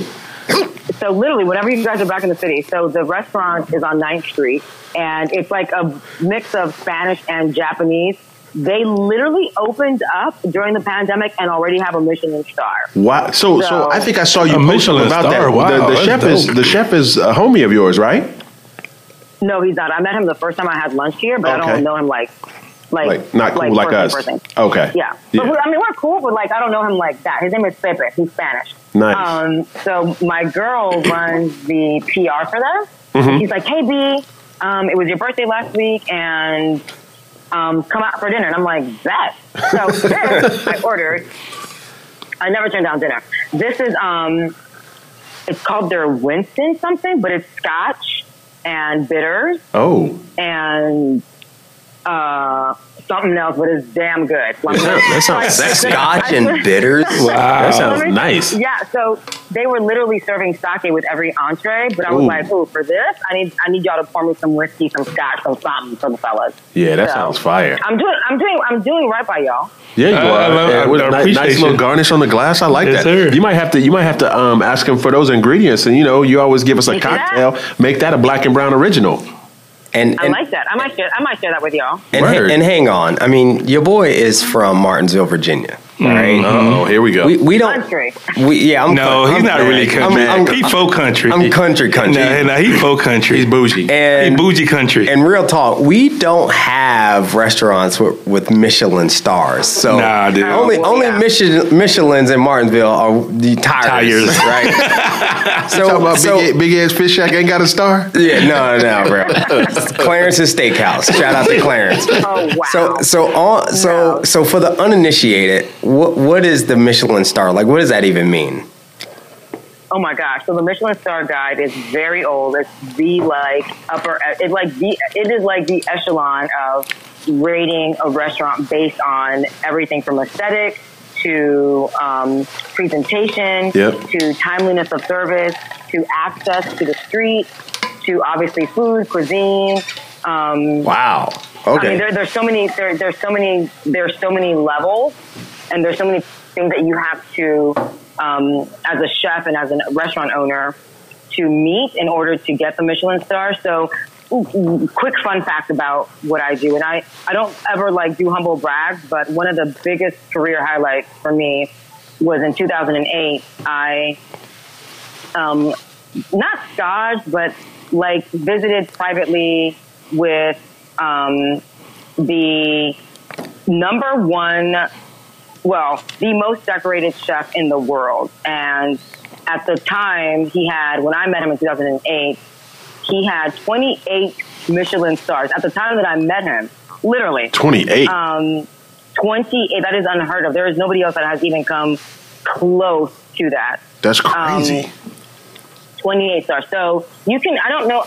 Speaker 6: So literally, whenever you guys are back in the city, so the restaurant is on 9th Street, and it's like a mix of Spanish and Japanese. They literally opened up during the pandemic and already have a Michelin star.
Speaker 5: Wow. So, so,
Speaker 6: So-
Speaker 5: I think I saw you
Speaker 3: A
Speaker 5: post
Speaker 3: Michelin
Speaker 5: something about
Speaker 3: star,
Speaker 5: that.
Speaker 3: wow,
Speaker 5: the, the
Speaker 3: that's
Speaker 5: chef is
Speaker 3: dope.
Speaker 5: the chef is a homie of yours, right?
Speaker 6: No, he's not. I met him the first time I had lunch here, but I
Speaker 5: Okay.
Speaker 6: don't know him like, like,
Speaker 5: Like not cool like,
Speaker 6: person,
Speaker 5: us.
Speaker 6: person.
Speaker 5: Okay.
Speaker 6: Yeah, but we I mean we're cool, but like I don't know him like that. His name is Pepe. He's Spanish.
Speaker 5: Nice.
Speaker 6: Um, so my girl runs the PR for them. She's like, "Hey B, um, it was your birthday last week, and um, come out for dinner." And I'm like, "Bet." So this I ordered. I never turn down dinner. This is um, it's called their Winston something, but it's Scotch and bitters
Speaker 5: Oh,
Speaker 6: and uh, something else, but it's damn good. Like,
Speaker 5: that sounds sexy.
Speaker 4: Scotch
Speaker 6: [laughs]
Speaker 4: and bitters.
Speaker 5: That sounds nice.
Speaker 6: Yeah, so they were literally serving sake with every entree, but I was
Speaker 5: Ooh.
Speaker 6: like, "Ooh, for this, I need I need y'all to pour me some whiskey, some scotch, some something for the fellas."
Speaker 5: Yeah, that
Speaker 6: So,
Speaker 5: sounds fire.
Speaker 6: I'm doing I'm doing I'm doing right by y'all.
Speaker 5: Yeah, you
Speaker 3: I-
Speaker 5: are.
Speaker 3: I love-
Speaker 5: Yeah,
Speaker 3: I-
Speaker 5: with
Speaker 3: I
Speaker 5: a ni-
Speaker 3: appreciate
Speaker 5: nice little
Speaker 3: you.
Speaker 5: garnish on the glass. I like
Speaker 3: Yes,
Speaker 5: that.
Speaker 3: sir.
Speaker 5: You might have to. You might have to um, ask him for those ingredients, and you know, you always give us a
Speaker 6: Yeah.
Speaker 5: cocktail. Make that a black and brown original.
Speaker 4: And,
Speaker 6: I
Speaker 4: and,
Speaker 6: like that. I might share I might share that with y'all.
Speaker 4: and, ha-
Speaker 5: Word.
Speaker 4: and hang on. I mean, your boy is from Martinsville, Virginia. All
Speaker 3: Mm-hmm.
Speaker 4: right.
Speaker 5: Oh, here we go.
Speaker 4: We, we don't.
Speaker 6: Country.
Speaker 4: We, yeah, I'm
Speaker 3: No,
Speaker 4: I'm-
Speaker 3: he's not really country.
Speaker 4: I'm,
Speaker 3: he
Speaker 4: I'm,
Speaker 3: folk country.
Speaker 4: I'm country country.
Speaker 3: Nah, nah, he folk country. He's
Speaker 5: bougie.
Speaker 4: And-
Speaker 3: he bougie country.
Speaker 4: and real talk, we don't have restaurants with, with Michelin stars. So
Speaker 3: Nah, dude.
Speaker 4: only
Speaker 6: Oh,
Speaker 4: only
Speaker 6: yeah.
Speaker 4: Michi- Michelin's in Martinsville are the tires,
Speaker 3: Tires. [laughs]
Speaker 4: right?
Speaker 5: Talking about big, big ass fish shack ain't got a star.
Speaker 4: Yeah, no, no,
Speaker 5: [laughs]
Speaker 4: bro. Clarence's Steakhouse. Shout out to Clarence.
Speaker 6: Oh wow.
Speaker 4: So, so, on, so,
Speaker 6: No.
Speaker 4: so for the uninitiated, what what is the Michelin star like? What does that even mean?
Speaker 6: Oh my gosh! So the Michelin Star Guide is very old. It's the like upper. It's like the. It is like the echelon of rating a restaurant based on everything from aesthetic to um, presentation
Speaker 5: Yep.
Speaker 6: to timeliness of service to access to the street to obviously food cuisine. Um,
Speaker 4: Wow.
Speaker 6: I mean,
Speaker 4: Okay.
Speaker 6: there, there's so many. There, there's so many. There's so many levels, and there's so many things that you have to, um, as a chef and as a restaurant owner, to meet in order to get the Michelin star. So, ooh, ooh, quick fun fact about what I do, and I I don't ever like do humble brags, but one of the biggest career highlights for me was in 2008. I um, not staged, but like visited privately with um, the number one, well, the most decorated chef in the world. And at the time, he had, when I met him in 2008, he had 28 Michelin stars. At the time that I met him, literally
Speaker 5: Twenty eight.
Speaker 6: Um, 28. That is unheard of. There is nobody else that has even come close to that.
Speaker 5: That's
Speaker 6: um,
Speaker 5: crazy.
Speaker 6: 28 stars. So you can, I don't know,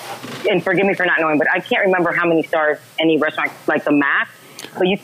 Speaker 6: and forgive me for not knowing, but I can't remember how many stars any restaurant, like the max, but you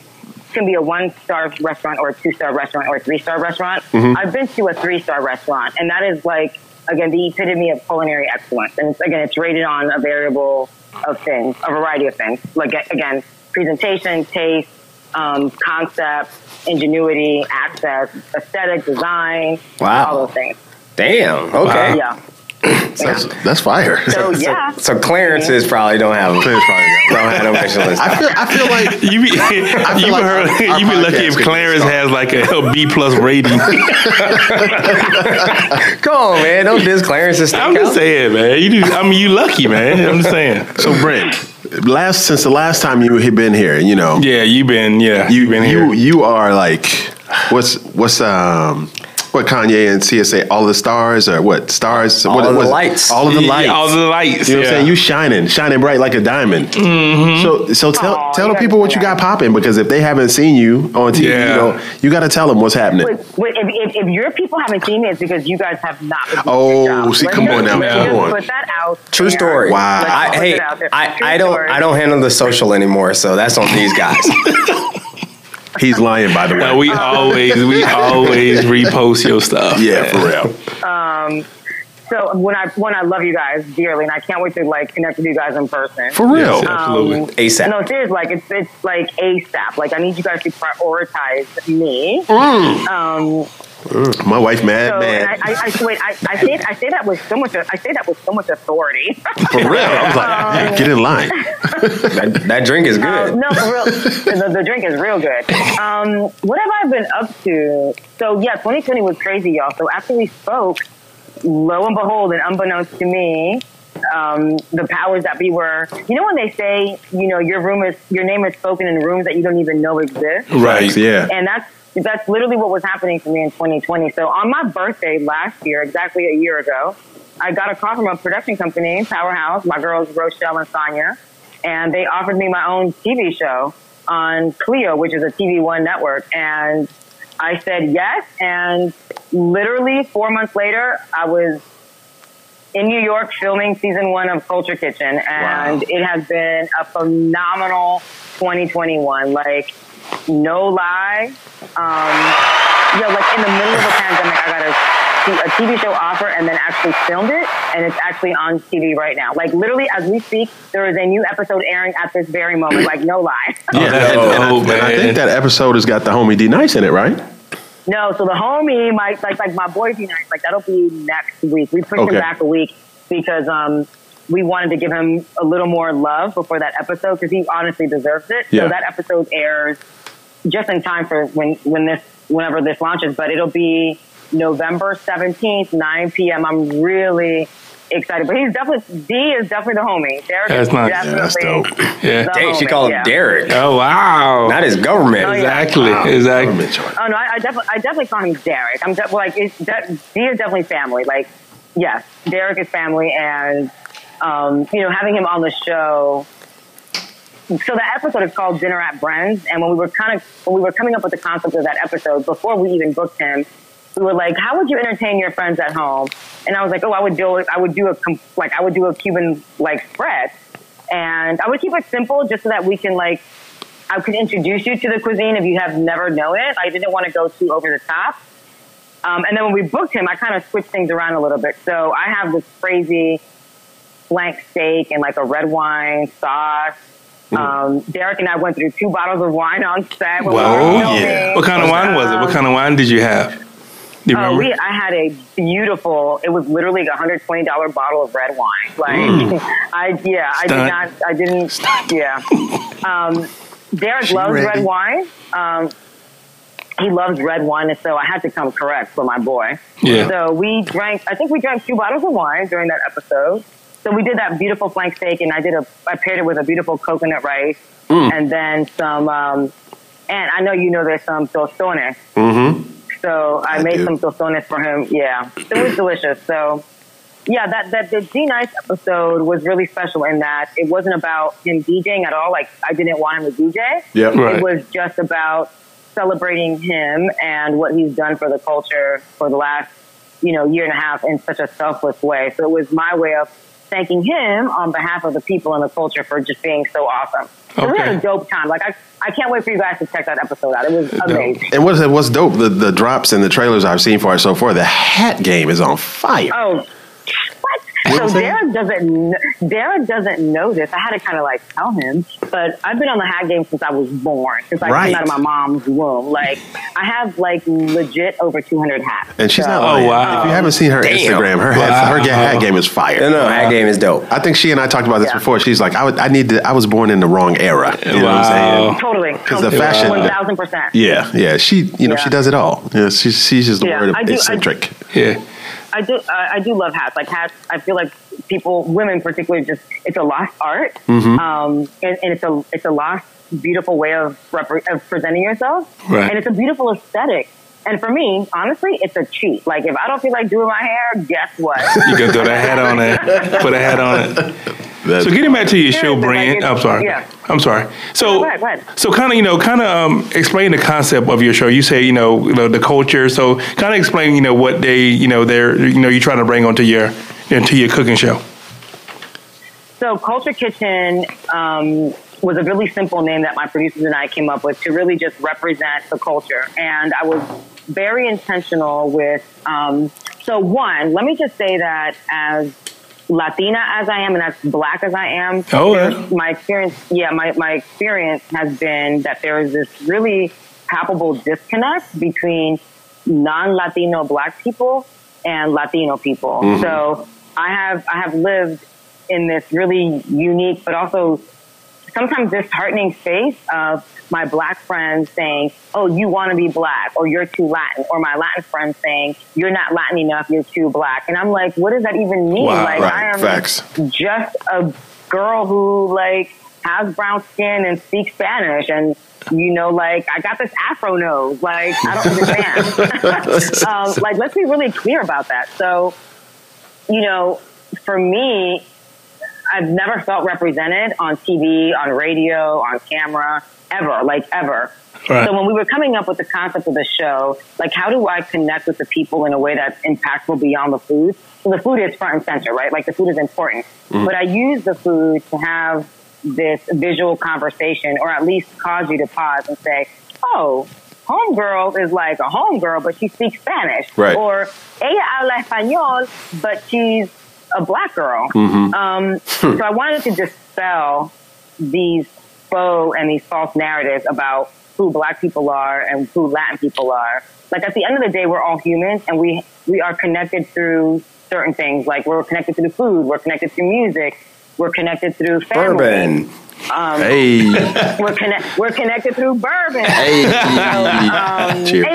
Speaker 6: can be a one star restaurant or a two star restaurant or a three star restaurant. I've been to a three star restaurant, and that is like, again, the epitome of culinary excellence. And it's, again, it's rated on a variable of things, a variety of things. Like, again, presentation, taste, um, concept, ingenuity, access, aesthetic, design,
Speaker 4: Wow.
Speaker 6: all those things.
Speaker 4: Damn. Okay.
Speaker 6: Yeah.
Speaker 5: That's, that's fire.
Speaker 6: So, Oh, yeah.
Speaker 4: So Clarence's probably don't have them.
Speaker 5: Clarence probably got
Speaker 4: [laughs] Don't have no
Speaker 5: [laughs]
Speaker 4: Michelin
Speaker 5: I
Speaker 4: star.
Speaker 5: feel. I feel like.
Speaker 3: you be, [laughs] you be,
Speaker 5: feel like
Speaker 3: heard-
Speaker 5: our- our
Speaker 3: [laughs] you be lucky
Speaker 5: podcast
Speaker 3: if
Speaker 5: could be
Speaker 3: Clarence
Speaker 5: stopped.
Speaker 3: has like a B
Speaker 5: [laughs]
Speaker 3: plus rating. [laughs]
Speaker 4: Come on, man. Don't diss Clarence's Steakhouse.
Speaker 3: I'm just saying, man. You, do- I mean, you lucky, man. I'm just saying.
Speaker 5: So Brent, last since the last time you had been here, you know,
Speaker 3: Yeah, you been. Yeah,
Speaker 5: you
Speaker 3: been
Speaker 5: you you are like what's what's um what Kanye and CSA, all the stars or what stars?
Speaker 4: All
Speaker 5: what,
Speaker 4: of the
Speaker 5: what is it?
Speaker 4: lights.
Speaker 5: All of the
Speaker 3: Yeah,
Speaker 5: lights.
Speaker 3: all the lights,
Speaker 5: You know what
Speaker 3: yeah. Mm-hmm.
Speaker 5: I'm saying? You shining, shining bright like a diamond. So so tell
Speaker 6: Aw,
Speaker 5: tell the
Speaker 6: you gotta
Speaker 5: people
Speaker 6: do
Speaker 5: what you
Speaker 6: that.
Speaker 5: got popping because if they haven't seen you on TV,
Speaker 3: Yeah.
Speaker 5: you, know, you got to tell them what's happening.
Speaker 6: But, but if, if, if your people haven't seen it, it's because you guys have not. Been doing
Speaker 5: Oh,
Speaker 6: your job.
Speaker 5: see, come
Speaker 6: just-
Speaker 5: on now,
Speaker 6: let's
Speaker 5: come
Speaker 6: just
Speaker 5: on.
Speaker 6: Put that out.
Speaker 4: True
Speaker 6: there.
Speaker 4: story.
Speaker 5: Wow.
Speaker 6: Let's
Speaker 4: I,
Speaker 6: put
Speaker 4: hey,
Speaker 6: it out there.
Speaker 4: I,
Speaker 6: True
Speaker 4: I don't
Speaker 6: story.
Speaker 4: I don't handle the social anymore, so that's on these
Speaker 6: [laughs]
Speaker 4: guys.
Speaker 5: He's lying, by the way.
Speaker 3: No, we
Speaker 5: [laughs]
Speaker 3: always we always repost your stuff.
Speaker 5: yeah, for real.
Speaker 6: So when I when I love you guys dearly, and I can't wait to like connect with you guys in person.
Speaker 5: For real.
Speaker 3: Yes,
Speaker 6: Um,
Speaker 3: absolutely.
Speaker 4: ASAP.
Speaker 6: No, seriously, like it's it's like ASAP. Like I need you guys to prioritize me.
Speaker 4: Mm.
Speaker 6: Um,
Speaker 5: My wife mad,
Speaker 6: so and
Speaker 5: man.
Speaker 6: I, I, I wait. I, I say I say that with so much. I say that with so much authority.
Speaker 5: for real. I was
Speaker 6: [laughs]
Speaker 5: like, get in line.
Speaker 4: that, that drink is good.
Speaker 6: Um, no, for real. the, the drink is real good. Um, what have I been up to? So yeah, 2020 was crazy, y'all. So after we spoke, lo and behold, and unbeknownst to me, um, the powers that be were. You know when they say, you know, your room is your name is spoken in rooms that you don't even know exist,
Speaker 3: Right.
Speaker 5: Yeah.
Speaker 6: [laughs] and that's. That's literally what was happening to me in 2020. So on my birthday last year, exactly a year ago, I got a call from a production company, Powerhouse, my girls Rochelle and Sonya, and they offered me my own TV show on Clio, which is a TV One network. And I said yes, and literally four months later, I was in New York filming season one of Culture Kitchen, and it has been a phenomenal 2021. Like, no lie. Um, yeah, like in the middle of a pandemic, I got a, a TV show offer and then actually filmed it, and it's actually on TV right now. Like literally, as we speak, there is a new episode airing at this very moment. Like no lie.
Speaker 5: Yeah,
Speaker 3: that's
Speaker 5: and, and I,
Speaker 3: dope,
Speaker 5: and I
Speaker 3: Oh, man.
Speaker 5: think that episode has got the homie D Nice in it, right?
Speaker 6: no, so the homie, my like like my boy D night, like that'll be next week. We pushed
Speaker 5: Okay.
Speaker 6: him back a week because um we wanted to give him a little more love before that episode because he honestly deserves it.
Speaker 5: Yeah.
Speaker 6: So that episode airs just in time for when when this whenever this launches, but it'll be November seventeenth, nine p.m. I'm really excited, but he's definitely D is definitely the homie. Derek
Speaker 3: That's
Speaker 6: is
Speaker 3: nice. Yeah,
Speaker 6: definitely
Speaker 5: that's
Speaker 3: Yeah.
Speaker 6: the
Speaker 4: Dang, she
Speaker 6: homie,
Speaker 4: called him
Speaker 6: yeah.
Speaker 4: Derek.
Speaker 3: Oh wow.
Speaker 4: Not his government.
Speaker 6: Oh, yeah.
Speaker 3: exactly. Exactly.
Speaker 6: Oh no, I, I definitely, I definitely call him Derek. I'm de- like, it's de- he is definitely family. Like, yes, Derek is family, and um, you know, having him on the show. So the episode is called Dinner at Brens, and when we were kind of when we were coming up with the concept of that episode before we even booked him, we were like, "How would you entertain your friends at home?" And I was like, "Oh, I would do it. I would do a com- like I would do a Cuban like spread, and I would keep it simple just so that we can like I could introduce you to the cuisine if you have never known it. I didn't want to go too over the top. Um, and then when we booked him, I kind of switched things around a little bit. So I have this crazy flank steak and like a red wine sauce.
Speaker 3: Mm.
Speaker 6: Um, Derek and I went through two bottles of wine on set. when we
Speaker 3: Wow.
Speaker 6: were
Speaker 3: Oh,
Speaker 6: filming.
Speaker 5: yeah.
Speaker 3: What kind of wine was it? What kind of wine did you have? Do you
Speaker 6: um, Oh,
Speaker 3: remember?
Speaker 6: we, I had a beautiful. It was literally a hundred twenty dollar bottle of red wine. Like, [laughs] I yeah,
Speaker 3: Mm. Stunt.
Speaker 6: I did not. I didn't. Yeah. Um, Derek loves
Speaker 5: ready.
Speaker 6: red wine. Um, he loves red wine, and so I had to come correct for my boy.
Speaker 3: Yeah.
Speaker 6: So we drank. I think we drank two bottles of wine during that episode. So we did that beautiful flank steak, and I did a. I paired it with a beautiful coconut rice,
Speaker 3: Mm.
Speaker 6: and then some. Um, and I know you know there's some tostones. So I,
Speaker 5: I
Speaker 6: made
Speaker 5: do.
Speaker 6: some tostones for him. Yeah, it was delicious. So yeah, that that the D Nice episode was really special in that it wasn't about him DJing at all. Like I didn't want him to DJ.
Speaker 5: Yep.
Speaker 3: Right.
Speaker 6: It was just about celebrating him and what he's done for the culture for the last you know year and a half in such a selfless way. So it was my way of thanking him on behalf of the people in the culture for just being so awesome. So we had
Speaker 3: Okay.
Speaker 6: a dope time. Like I, I can't wait for you guys to check that episode out. It was amazing.
Speaker 5: And what's what's dope? The the drops and the trailers I've seen for it so far. The hat game is on fire.
Speaker 6: Oh,
Speaker 5: know what I'm
Speaker 6: what? So
Speaker 5: saying?
Speaker 6: Derek doesn't. kn- Derek doesn't know this. I had to kind of like tell him, but I've been on the hat game since I was born, since I
Speaker 5: Right.
Speaker 6: came out of my mom's womb. Like I have like legit over two hundred hats.
Speaker 5: and she's
Speaker 6: So-
Speaker 5: not. Lying.
Speaker 3: wow.
Speaker 5: If you haven't seen her
Speaker 4: Damn.
Speaker 5: Instagram, her hat, her ga- hat game is fire.
Speaker 4: No, no, that game is dope.
Speaker 5: I think she and I talked about this
Speaker 6: Yeah.
Speaker 5: before. She's like, I, would, I need to. I was born in the wrong era. You know what I'm
Speaker 3: Wow.
Speaker 5: saying?
Speaker 6: Totally,
Speaker 5: 'Cause the fashion-
Speaker 6: one thousand percent.
Speaker 5: Yeah, yeah. She, you know,
Speaker 6: Yeah.
Speaker 5: she does it all. Yeah, she, she's just the
Speaker 6: Yeah,
Speaker 5: word
Speaker 6: I
Speaker 5: of
Speaker 6: do- I-
Speaker 5: eccentric.
Speaker 3: yeah.
Speaker 6: I do. I, I do love hats. Like hats. I feel like people, women particularly, just it's a lost art, um, and, and it's a it's a lost beautiful way of, repre- of presenting yourself,
Speaker 3: Right.
Speaker 6: and it's a beautiful aesthetic. And for me, honestly, it's a cheat. Like if I don't feel like doing my hair, guess what?
Speaker 3: [laughs] You can throw that hat on it. Put a hat on it.
Speaker 5: That's,
Speaker 3: so getting back to your show,
Speaker 6: Seriously,
Speaker 3: Brand.
Speaker 6: like, it-
Speaker 3: I'm sorry.
Speaker 6: yeah.
Speaker 3: I'm sorry. So,
Speaker 6: go ahead, go ahead.
Speaker 3: so kind of you know, kind of um, explain the concept of your show. You say you know, you know the culture. So kind of explain you know what they you know they're you know you're trying to bring onto your into your cooking show.
Speaker 6: So Culture Kitchen um, was a really simple name that my producers and I came up with to really just represent the culture. And I was very intentional with. Um, so one, let me just say that as Latina as I am and as Black as I am,
Speaker 3: Oh, yeah.
Speaker 6: there's- my experience, yeah, my, my experience has been that there is this really palpable disconnect between non-Latino Black people and Latino people.
Speaker 3: Mm-hmm.
Speaker 6: So I have I have lived in this really unique but also sometimes disheartening space of my black friends saying, "Oh, you want to be black, or you're too Latin," or my Latin friends saying, "You're not Latin enough, you're too black," and I'm like, "What does that even mean?"
Speaker 3: Wow,
Speaker 6: like,
Speaker 5: right,
Speaker 6: I am
Speaker 5: facts.
Speaker 6: just a girl who like has brown skin and speaks Spanish and you know like I got this afro nose like I
Speaker 5: [laughs]
Speaker 6: don't understand [laughs] um, like let's be really clear about that so you know for me I've never felt represented on TV on radio on camera ever like ever
Speaker 3: Right.
Speaker 6: so when we were coming up with the concept of the show, like how do I connect with the people in a way that's impactful beyond the food? So the food is front and center, right? Like the food is important. But I use the food to have this visual conversation or at least cause you to pause and say, Oh, homegirl is like a homegirl, but she speaks Spanish.
Speaker 5: Right.
Speaker 6: Or ella habla español, but she's a black girl. Um, so I wanted to dispel these faux and these false narratives about who black people are and who Latin people are. Like at the end of the day, we're all humans and we, we are connected through certain things. Like we're connected through food, we're connected through music, we're connected through family.
Speaker 4: Bourbon.
Speaker 6: [laughs]
Speaker 5: hey,
Speaker 6: We're, connect, we're connected through bourbon. um,
Speaker 5: hey,
Speaker 6: [laughs]
Speaker 5: cheers.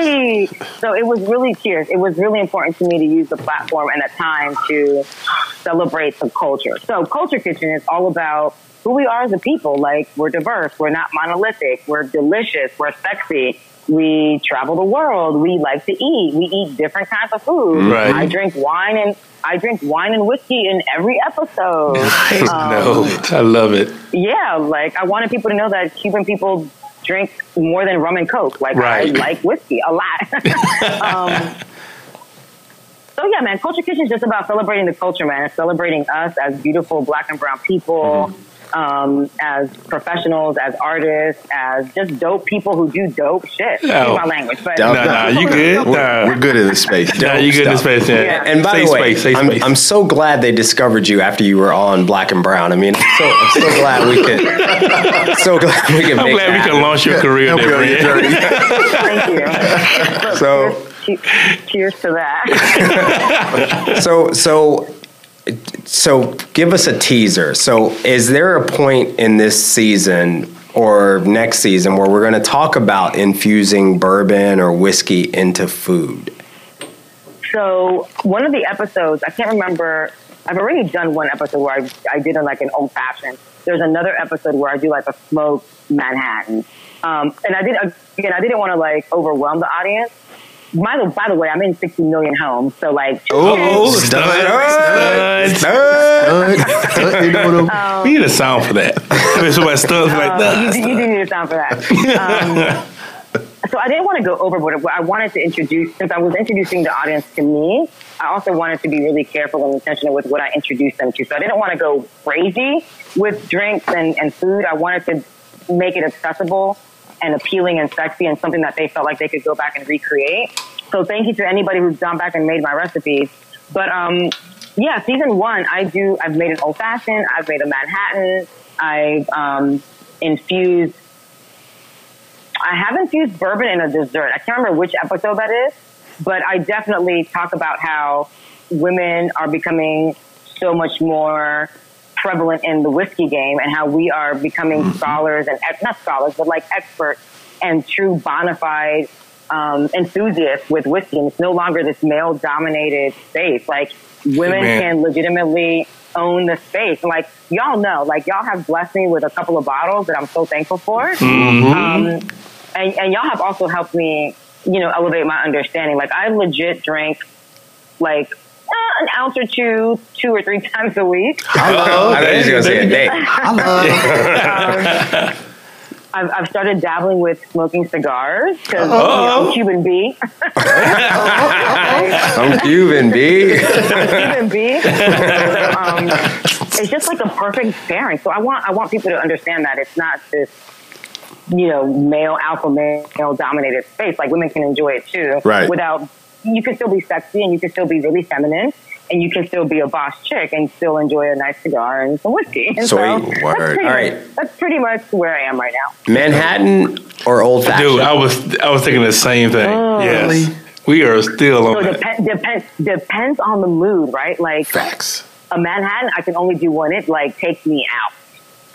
Speaker 6: Hey. So it was really cheers. It was really important to me to use the platform and the time to celebrate the culture. So Culture Kitchen is all about who we are as a people. Like we're diverse. We're not monolithic. We're delicious. We're sexy. We travel the world. We like to eat. We eat different kinds of food.
Speaker 3: Right.
Speaker 6: I drink wine and I drink wine and whiskey in every episode.
Speaker 3: no, I love it.
Speaker 6: Yeah, like I wanted people to know that Cuban people drink more than rum and coke. Like
Speaker 3: Right.
Speaker 6: I like whiskey a lot. [laughs] um, so yeah, man, Culture Kitchen is just about celebrating the culture, man. It's celebrating us as beautiful Black and Brown people,
Speaker 3: Mm-hmm.
Speaker 6: um, as professionals, as artists, as just dope people who do dope shit. Excuse
Speaker 3: Oh.
Speaker 6: my language, but [laughs]
Speaker 4: Dope.
Speaker 3: No, no, you good?
Speaker 5: We're, we're
Speaker 3: Nah,
Speaker 5: good in this space.
Speaker 3: Nah, you good in this space? Yeah.
Speaker 6: Yeah.
Speaker 4: And by
Speaker 3: Safe
Speaker 4: the way,
Speaker 3: space, safe
Speaker 4: I'm,
Speaker 3: space.
Speaker 4: I'm so glad they discovered you after you were on Black and Brown. I mean, I'm so, I'm so glad we could. so glad we could.
Speaker 3: I'm
Speaker 4: make
Speaker 3: glad
Speaker 4: that
Speaker 3: we can launch your career
Speaker 5: Help you
Speaker 3: there,
Speaker 5: on your
Speaker 3: Brand.
Speaker 5: journey. [laughs]
Speaker 6: thank
Speaker 3: [laughs]
Speaker 6: you. Look,
Speaker 4: So-
Speaker 6: cheers, che- cheers to that. [laughs]
Speaker 4: happen. So so so give us a teaser. So is there a point in this season? Or next season, where we're going to talk about infusing bourbon or whiskey into food.
Speaker 6: so one of the episodes, I can't remember. I've already done one episode where I, I did it like an old fashioned. There's another episode where I do like a smoked Manhattan. Um, and I did again. I didn't want to like overwhelm the audience. By the, by the way, I'm in 60 million homes, so like,
Speaker 3: Oh,
Speaker 6: [laughs]
Speaker 3: stud, stud.
Speaker 5: You know what I'm-
Speaker 3: We need a sound for that. [laughs] I mean, somebody studs like
Speaker 6: Uh, you,
Speaker 3: that.
Speaker 6: do- you do need a sound for that.
Speaker 3: [laughs]
Speaker 6: Um, so I didn't want to go overboard. What I wanted to introduce, since I was introducing the audience to me, I also wanted to be really careful and intentional with what I introduced them to. So I didn't want to go crazy with drinks and, and food. I wanted to make it accessible and appealing and sexy and something that they felt like they could go back and recreate. So thank you to anybody who's gone back and made my recipes. But um, yeah, season one, I do. I've made an old fashioned. I've made a Manhattan. I've um, infused I have infused bourbon in a dessert. I can't remember which episode that is, but I definitely talk about how women are becoming so much more prevalent in the whiskey game and how we are becoming scholars and ex- not scholars, but like experts and true bona fide um, enthusiasts with whiskey. And it's no longer this male dominated space. Like women
Speaker 3: Amen.
Speaker 6: can legitimately own the space. And like y'all know, like y'all have blessed me with a couple of bottles that I'm so thankful for. Um, and, and y'all have also helped me you know, elevate my understanding. Like I legit drink like eh, an ounce or two, two or three [laughs] times a week.
Speaker 4: I thought you was gonna say a day.
Speaker 6: [laughs] Um,
Speaker 4: [laughs]
Speaker 6: I've, I've started dabbling with smoking cigars because
Speaker 3: Uh-oh.
Speaker 6: you know, Cuban B, [laughs] Uh,
Speaker 4: I'm
Speaker 5: [laughs]
Speaker 4: Cuban, B.
Speaker 6: Cuban B. um, it's just like a perfect pairing. So I want I want people to understand that it's not this you know male alpha male dominated space. Like women can enjoy it too,
Speaker 5: Right.
Speaker 6: Without you can still be sexy and you can still be really feminine. And you can still be a boss chick and still enjoy a nice cigar and some whiskey.
Speaker 4: Sweet.
Speaker 6: And so
Speaker 4: Word.
Speaker 6: That's pretty,
Speaker 4: All right.
Speaker 6: much, that's pretty much where I am right now.
Speaker 4: Manhattan or old fashioned?
Speaker 3: Dude, I was I was thinking the same thing. yes. We are still
Speaker 6: Oh, So
Speaker 3: on that.
Speaker 6: depend, depends depends on the mood, right? Like
Speaker 5: Facts.
Speaker 6: a Manhattan, I can only do one. It like takes me out.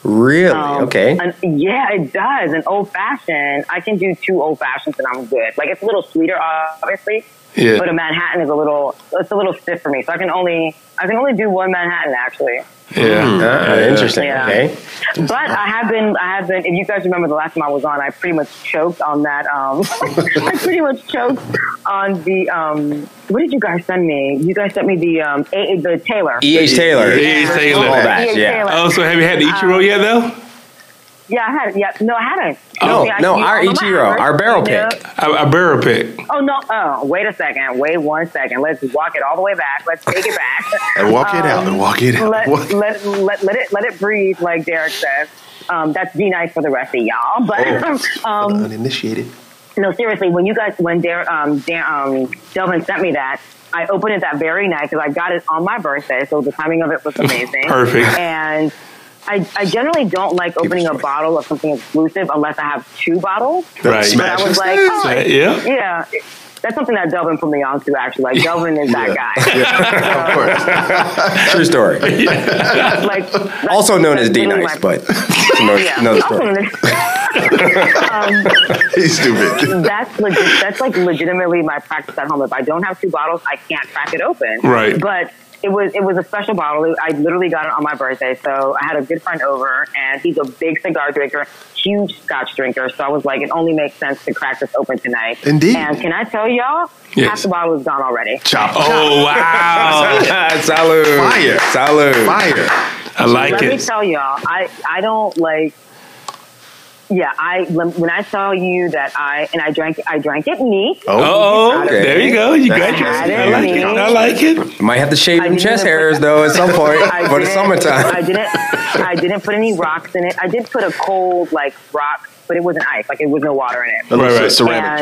Speaker 4: really?
Speaker 6: Um,
Speaker 4: okay.
Speaker 6: an- yeah, it does. An old fashioned, I can do two old fashions and I'm good. Like it's a little sweeter, obviously,
Speaker 3: Yeah.
Speaker 6: but a Manhattan is a little. It's a little stiff for me, so I can only I can only do one Manhattan actually.
Speaker 3: Yeah.
Speaker 4: Ah,
Speaker 3: Yeah.
Speaker 4: interesting.
Speaker 6: Yeah.
Speaker 4: Okay.
Speaker 6: But I have been, I have been. If you guys remember the last time I was on, I pretty much choked on that. Um, [laughs] I pretty much choked on the. Um, what did you guys send me? You guys sent me the um, a, the Taylor.
Speaker 4: E.H. Taylor.
Speaker 3: E.H. Taylor.
Speaker 4: All that,
Speaker 6: E.H.
Speaker 4: yeah.
Speaker 6: Taylor.
Speaker 3: Oh, so have you had the
Speaker 6: Um,
Speaker 3: Ichiro yet though?
Speaker 6: Yeah, I had. Yeah, no, I hadn't.
Speaker 4: No,
Speaker 6: See, I-
Speaker 4: no,
Speaker 6: you-
Speaker 4: our
Speaker 6: I'm a
Speaker 4: Ichiro,
Speaker 6: rapper.
Speaker 4: our barrel
Speaker 6: Yeah.
Speaker 4: pick.
Speaker 3: I, I barrel pick.
Speaker 6: Oh no! Oh, wait a second. Wait one second. Let's walk it all the way back. Let's take it back.
Speaker 5: And walk it out.
Speaker 6: Um,
Speaker 5: And walk it out.
Speaker 6: let,
Speaker 5: Walk-
Speaker 6: let, let, let it let it breathe, like Derek says. Um, that's be nice for the rest of y'all. [laughs] But um,
Speaker 5: Oh. uninitiated.
Speaker 6: no, seriously, when you guys, when Der, um, Der, um, Delvin sent me that, I opened it that very night because I got it on my birthday, so the timing of
Speaker 5: [laughs]
Speaker 6: it was amazing.
Speaker 3: Perfect.
Speaker 6: And I, I generally don't like opening a
Speaker 5: choice.
Speaker 6: bottle of something exclusive unless I have two bottles.
Speaker 3: Right.
Speaker 5: Smash.
Speaker 6: But I was like,
Speaker 3: So,
Speaker 6: oh,
Speaker 3: yeah.
Speaker 6: yeah. That's something that Delvin put me on to, actually. Like, Delvin is that guy.
Speaker 5: Of course.
Speaker 4: True [laughs] story.
Speaker 6: [laughs] Like, that's-
Speaker 4: Also known as
Speaker 6: that's
Speaker 4: D
Speaker 6: literally
Speaker 4: Nice, [laughs]
Speaker 6: my-
Speaker 4: but no,
Speaker 6: Yeah. [laughs]
Speaker 4: no
Speaker 6: Also
Speaker 4: [laughs] story.
Speaker 6: known as- um,
Speaker 5: He's
Speaker 6: [laughs]
Speaker 5: stupid.
Speaker 6: that's legit, that's like legitimately my practice at home. If I don't have two bottles, I can't crack it open.
Speaker 3: Right.
Speaker 6: But it was it was a special bottle. I literally got it on my birthday, so I had a good friend over, and he's a big cigar drinker, huge Scotch drinker. So I was like, it only makes sense to crack this open tonight.
Speaker 5: Indeed.
Speaker 6: And can I tell y'all,
Speaker 3: Yes.
Speaker 6: half the bottle is gone already.
Speaker 5: Chop.
Speaker 3: Oh
Speaker 6: [laughs]
Speaker 3: wow.
Speaker 4: Salud.
Speaker 5: Fire.
Speaker 4: Salud.
Speaker 5: Fire.
Speaker 3: I like
Speaker 6: Let me
Speaker 3: it.
Speaker 6: tell y'all, I I don't like. Yeah, I when when I tell you that I and I drank I drank it neat.
Speaker 3: Oh,
Speaker 4: Okay.
Speaker 3: there you go. You
Speaker 5: That's
Speaker 3: got your.
Speaker 5: nice.
Speaker 3: I like it. I like it.
Speaker 4: Might have to shave
Speaker 6: I
Speaker 4: them
Speaker 6: didn't
Speaker 4: chest
Speaker 6: even put-
Speaker 4: hairs though at some point
Speaker 6: [laughs] I
Speaker 4: [laughs] for the
Speaker 6: didn't- I
Speaker 4: summertime.
Speaker 6: didn't. I didn't put any rocks in it. I did put a cold like rock, but it wasn't ice. Like it was no water in it.
Speaker 5: A little
Speaker 3: Right, right.
Speaker 5: ceramic
Speaker 6: And-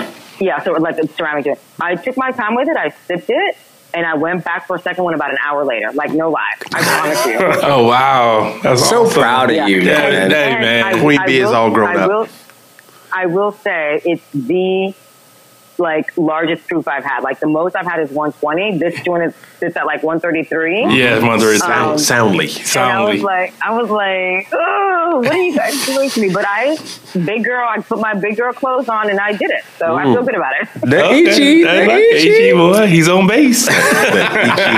Speaker 5: joint.
Speaker 6: Yeah, so like a ceramic. Drink. I took my time with it. I sipped it, and I went back for a second one about an hour later. Like no lie, I promise you.
Speaker 3: Oh wow. That's
Speaker 4: So
Speaker 3: awesome.
Speaker 4: proud of you,
Speaker 3: Yeah.
Speaker 4: man.
Speaker 3: Yeah. Hey,
Speaker 6: And
Speaker 3: man.
Speaker 6: I-
Speaker 5: Queen
Speaker 6: I
Speaker 5: Bee is
Speaker 6: will-
Speaker 5: all grown
Speaker 6: I
Speaker 5: up.
Speaker 6: Will, I will say it's the like largest proof I've had. Like the most I've had is 120. This joint is it's at like 133.
Speaker 3: Yeah, it's one thirty
Speaker 6: Um,
Speaker 3: three.
Speaker 5: Soundly.
Speaker 6: And I was
Speaker 3: Soundly.
Speaker 6: like, I was like, oh, what are
Speaker 5: [laughs]
Speaker 6: you guys doing to me? But I, big girl, I put my big girl clothes on and I did it. So I feel good
Speaker 5: [laughs]
Speaker 6: about it.
Speaker 4: The
Speaker 3: Okay.
Speaker 4: Ichi.
Speaker 3: Hey,
Speaker 4: The
Speaker 3: like
Speaker 4: Ichi.
Speaker 3: Ichi boy, he's on base.
Speaker 5: [laughs]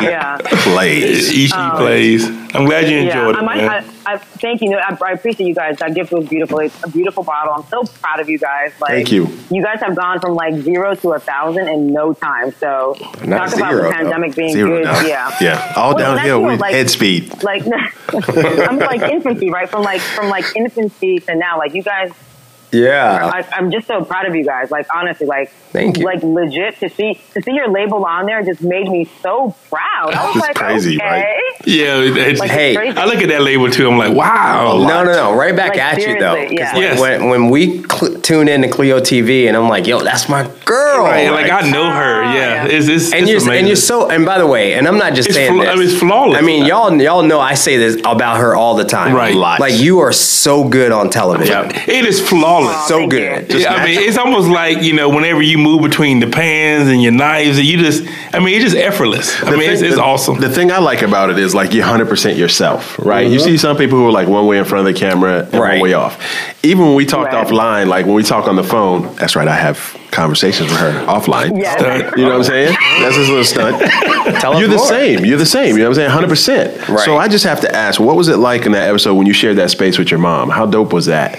Speaker 6: Yeah.
Speaker 5: Plays.
Speaker 3: Ichi plays. I'm glad you
Speaker 6: Um, Yeah,
Speaker 3: enjoyed
Speaker 6: I
Speaker 3: it,
Speaker 6: might. I,
Speaker 3: man.
Speaker 6: I, thank you. No, I, I appreciate you guys. That gift was beautiful. It's a beautiful bottle. I'm so proud of you guys. Like,
Speaker 5: Thank you.
Speaker 6: You guys have gone from like zero to a thousand in no time. So
Speaker 4: Not
Speaker 6: talk about
Speaker 4: zero,
Speaker 6: the pandemic being
Speaker 5: Zero
Speaker 6: good.
Speaker 5: now.
Speaker 6: Yeah.
Speaker 5: Yeah. All
Speaker 6: Well, that's
Speaker 5: downhill
Speaker 6: more
Speaker 5: with
Speaker 6: like-
Speaker 5: head speed.
Speaker 6: like [laughs] I'm like infancy, right? From like from like infancy to now, like you guys
Speaker 5: Uh,
Speaker 4: Yeah.
Speaker 6: I, I'm just so proud of you guys. Like honestly, like
Speaker 4: Thank you.
Speaker 6: Like legit to see to see your label on there just made me so proud. I was
Speaker 5: It's
Speaker 6: like,
Speaker 5: crazy,
Speaker 6: okay.
Speaker 5: right?
Speaker 3: Yeah, it-
Speaker 6: Like,
Speaker 4: Hey,
Speaker 6: it's crazy.
Speaker 3: I look at that label too. I'm like, wow.
Speaker 4: No, no, no. Right back
Speaker 6: Like,
Speaker 4: at you though. 'Cause,
Speaker 6: seriously, yeah.
Speaker 4: like,
Speaker 3: Yes.
Speaker 4: when, when we cl- tune in to Clio TV and I'm like, yo, that's my girl.
Speaker 3: Right, like I know her.
Speaker 6: Ah,
Speaker 3: Yeah,
Speaker 6: yeah.
Speaker 3: it's it's
Speaker 4: and
Speaker 3: it's
Speaker 4: you're
Speaker 3: amazing.
Speaker 4: and you're so and by the way, and I'm not just
Speaker 3: It's
Speaker 4: saying
Speaker 3: fla-
Speaker 4: this.
Speaker 3: I mean, it's flawless.
Speaker 4: I mean, y'all y'all know I say this about her all the time.
Speaker 3: Right. Lots.
Speaker 4: Like you are so good on television.
Speaker 3: it is flawless.
Speaker 4: So
Speaker 6: Oh, Thank
Speaker 4: good.
Speaker 6: you.
Speaker 3: yeah, I mean, it's almost like you know, whenever you move between the pans and your knives, and you just, I mean, it's just effortless. I
Speaker 5: The
Speaker 3: mean, it's,
Speaker 5: thing-
Speaker 3: it's
Speaker 5: the-
Speaker 3: awesome.
Speaker 5: The thing I like about it is like you're 100% yourself, right? You see some people who are like one way in front of the camera and
Speaker 4: Right.
Speaker 5: one way off. Even when we talked
Speaker 6: Right.
Speaker 5: offline, like when we talk on the phone, that's right, I have conversations with her offline.
Speaker 6: Yes.
Speaker 5: You know what I'm saying? That's his little stunt.
Speaker 4: Tell us
Speaker 5: You're the
Speaker 4: more.
Speaker 5: same. You're the same. You know what I'm saying? 100%.
Speaker 4: Right.
Speaker 5: So I just have to ask, what was it like in that episode when you shared that space with your mom? How dope was that?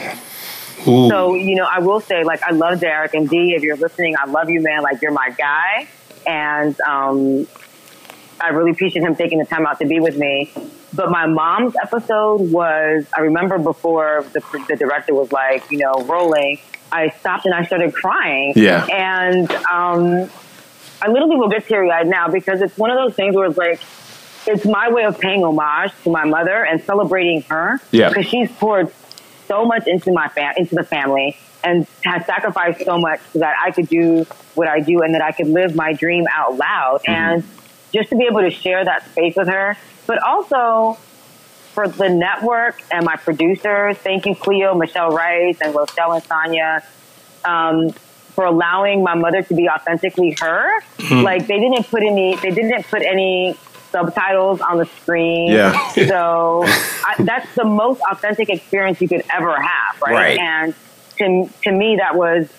Speaker 3: Ooh.
Speaker 6: So, you know, I will say, like, I love Derek and D. If you're listening, I love you, man. Like, you're my guy. And um, I really appreciate him taking the time out to be with me. But my mom's episode was, I remember before the, the director was like, you know, rolling, I stopped and I started crying.
Speaker 5: Yeah.
Speaker 6: And um, I literally will get teary eyed now because it's one of those things where it's like, it's my way of paying homage to my mother and celebrating her.
Speaker 5: Yeah.
Speaker 6: Because she's poured so much into my fam- into the family and has sacrificed so much so that I could do what I do and that I could live my dream out loud. And just to be able to share that space with her, but also for the network and my producers, thank you, Cleo, Michelle Rice, and Rochelle and Sonia, um, for allowing my mother to be authentically her. Like they didn't put any, they didn't put any subtitles on the screen.
Speaker 5: Yeah.
Speaker 6: [laughs] so I, that's the most authentic experience you could ever have, right?
Speaker 4: Right.
Speaker 6: And to to me, that was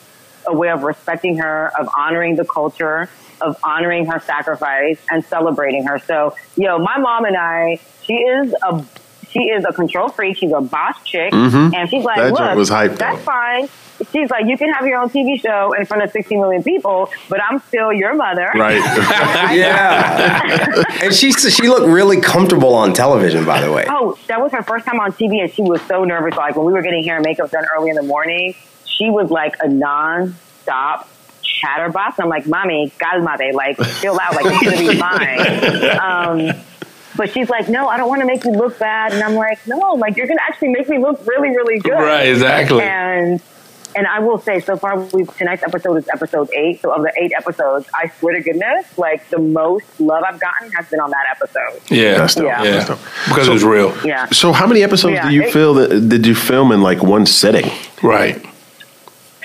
Speaker 6: a way of respecting her, of honoring the culture, of honoring her sacrifice, and celebrating her. So, yo, my mom and I, she is a she is a control freak. She's a boss chick, and she's like,
Speaker 5: Mm-hmm. That
Speaker 6: look,
Speaker 5: joint was hype,
Speaker 6: that's
Speaker 5: though.
Speaker 6: fine. She's like, you can have your own TV show in front of 60 million people, but I'm still your mother.
Speaker 5: Right.
Speaker 4: yeah.
Speaker 6: [laughs]
Speaker 4: and she she looked really comfortable on television, by the way.
Speaker 6: Oh, that was her first time on TV, and she was so nervous. Like when we were getting hair and makeup done early in the morning, she was like a non-stop chatterbox. And I'm like, "Mommy, calmate, like chill out, like it's gonna be
Speaker 3: [laughs]
Speaker 6: fine." Um, but she's like, "No, I don't want to make you look bad," and I'm like, "No, like you're gonna actually make me look really, really good."
Speaker 3: Right, exactly.
Speaker 6: And and I will say, so far, we've, tonight's episode is episode eight. So of the eight episodes, I swear to goodness, like the most love I've gotten has been on that episode.
Speaker 3: Yeah,
Speaker 5: That's dope.
Speaker 6: Yeah.
Speaker 5: That's
Speaker 3: yeah,
Speaker 5: dope.
Speaker 3: because it was real.
Speaker 6: Yeah.
Speaker 5: So how many episodes
Speaker 6: Yeah,
Speaker 5: do you
Speaker 6: it-
Speaker 5: feel that did you film in like one sitting?
Speaker 3: Right.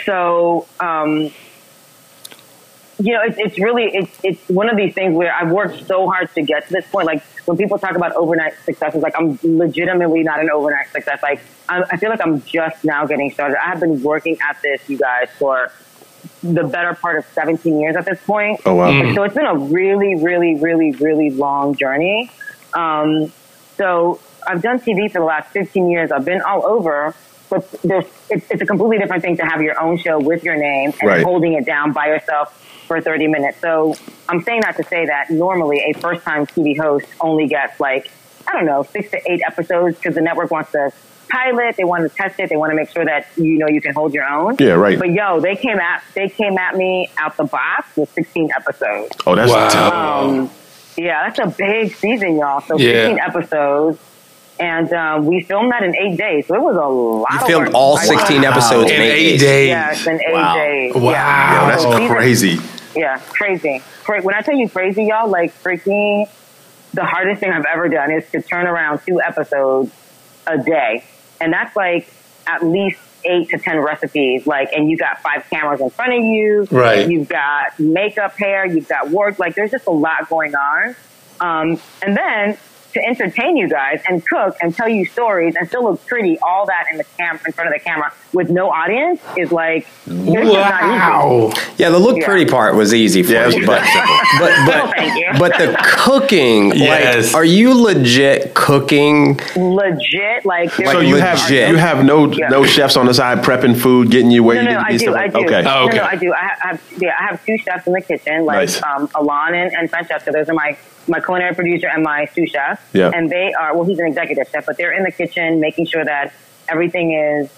Speaker 6: So, um, you know, it's, it's really it's it's one of these things where I've worked so hard to get to this point. Like when people talk about overnight successes, like I'm legitimately not an overnight success. Like I, I feel like I'm just now getting started. I have been working at this, you guys, for the better part of 17 years at this point. Mm-hmm.
Speaker 5: Oh wow.
Speaker 6: So it's been a really, really, really, really long journey. Um, so I've done TV for the last 15 years. I've been all over, but there's, it's, it's a completely different thing to have your own show with your name and
Speaker 5: Right.
Speaker 6: holding it down by yourself for 30 minutes. So I'm saying that to say that normally a first time TV host only gets like, I don't know, six to eight episodes because the network wants to pilot. They want to test it. They want to make sure that, you know, you can hold your own.
Speaker 5: Yeah, right.
Speaker 6: But yo, they came at, they came at me out the box with 16 episodes.
Speaker 5: Oh, that's
Speaker 3: Wow.
Speaker 5: dope.
Speaker 6: Um, yeah, that's a big season, y'all. So
Speaker 3: Yeah.
Speaker 6: 15 episodes. And um, we filmed that in eight days. So it was a lot
Speaker 4: You
Speaker 6: of
Speaker 4: filmed
Speaker 6: work.
Speaker 4: all
Speaker 6: Like,
Speaker 4: 16 episodes
Speaker 3: In
Speaker 4: in
Speaker 3: eight
Speaker 4: eight
Speaker 3: days.
Speaker 6: Yes, in eight
Speaker 4: Wow.
Speaker 6: days.
Speaker 3: Wow.
Speaker 6: Yeah.
Speaker 5: Yo, that's
Speaker 6: So these
Speaker 3: [laughs]
Speaker 6: are-
Speaker 5: crazy.
Speaker 6: yeah, crazy. Cra- When I tell you crazy, y'all, like freaking the hardest thing I've ever done is to turn around two episodes a day. And that's like at least eight to 10 recipes. Like, and you got five cameras in front of you.
Speaker 3: Right.
Speaker 6: You've got makeup, hair, you've got work. Like, there's just a lot going on. Um, and then to entertain you guys and cook and tell you stories and still look pretty, all that in the cam in front of the camera with no audience is like, this is not easy.
Speaker 3: Wow.
Speaker 4: Yeah, the look
Speaker 6: Yeah.
Speaker 4: pretty part was easy for
Speaker 5: Yeah, it
Speaker 4: you,
Speaker 5: was
Speaker 4: but
Speaker 6: [laughs]
Speaker 4: but
Speaker 6: Oh, thank you.
Speaker 4: but, but the cooking,
Speaker 3: Yes.
Speaker 4: like, are you legit cooking?
Speaker 6: legit. Like, there's
Speaker 5: So
Speaker 4: Like
Speaker 5: you
Speaker 4: legit.
Speaker 5: have you have no no chefs on the side prepping food, getting you where
Speaker 6: no,
Speaker 5: you need
Speaker 6: no,
Speaker 5: to
Speaker 6: I
Speaker 5: be.
Speaker 6: do,
Speaker 5: stuff
Speaker 6: I
Speaker 5: like-
Speaker 6: do.
Speaker 5: Okay.
Speaker 3: Oh, okay.
Speaker 6: No, no, I do. I ha- I have, yeah, I have two chefs in the kitchen, like
Speaker 5: Nice.
Speaker 6: um, Alon and, and French chef. So those are my my culinary producer and my sous chef.
Speaker 5: Yeah.
Speaker 6: And they are well, he's an executive chef, but they're in the kitchen making sure that everything is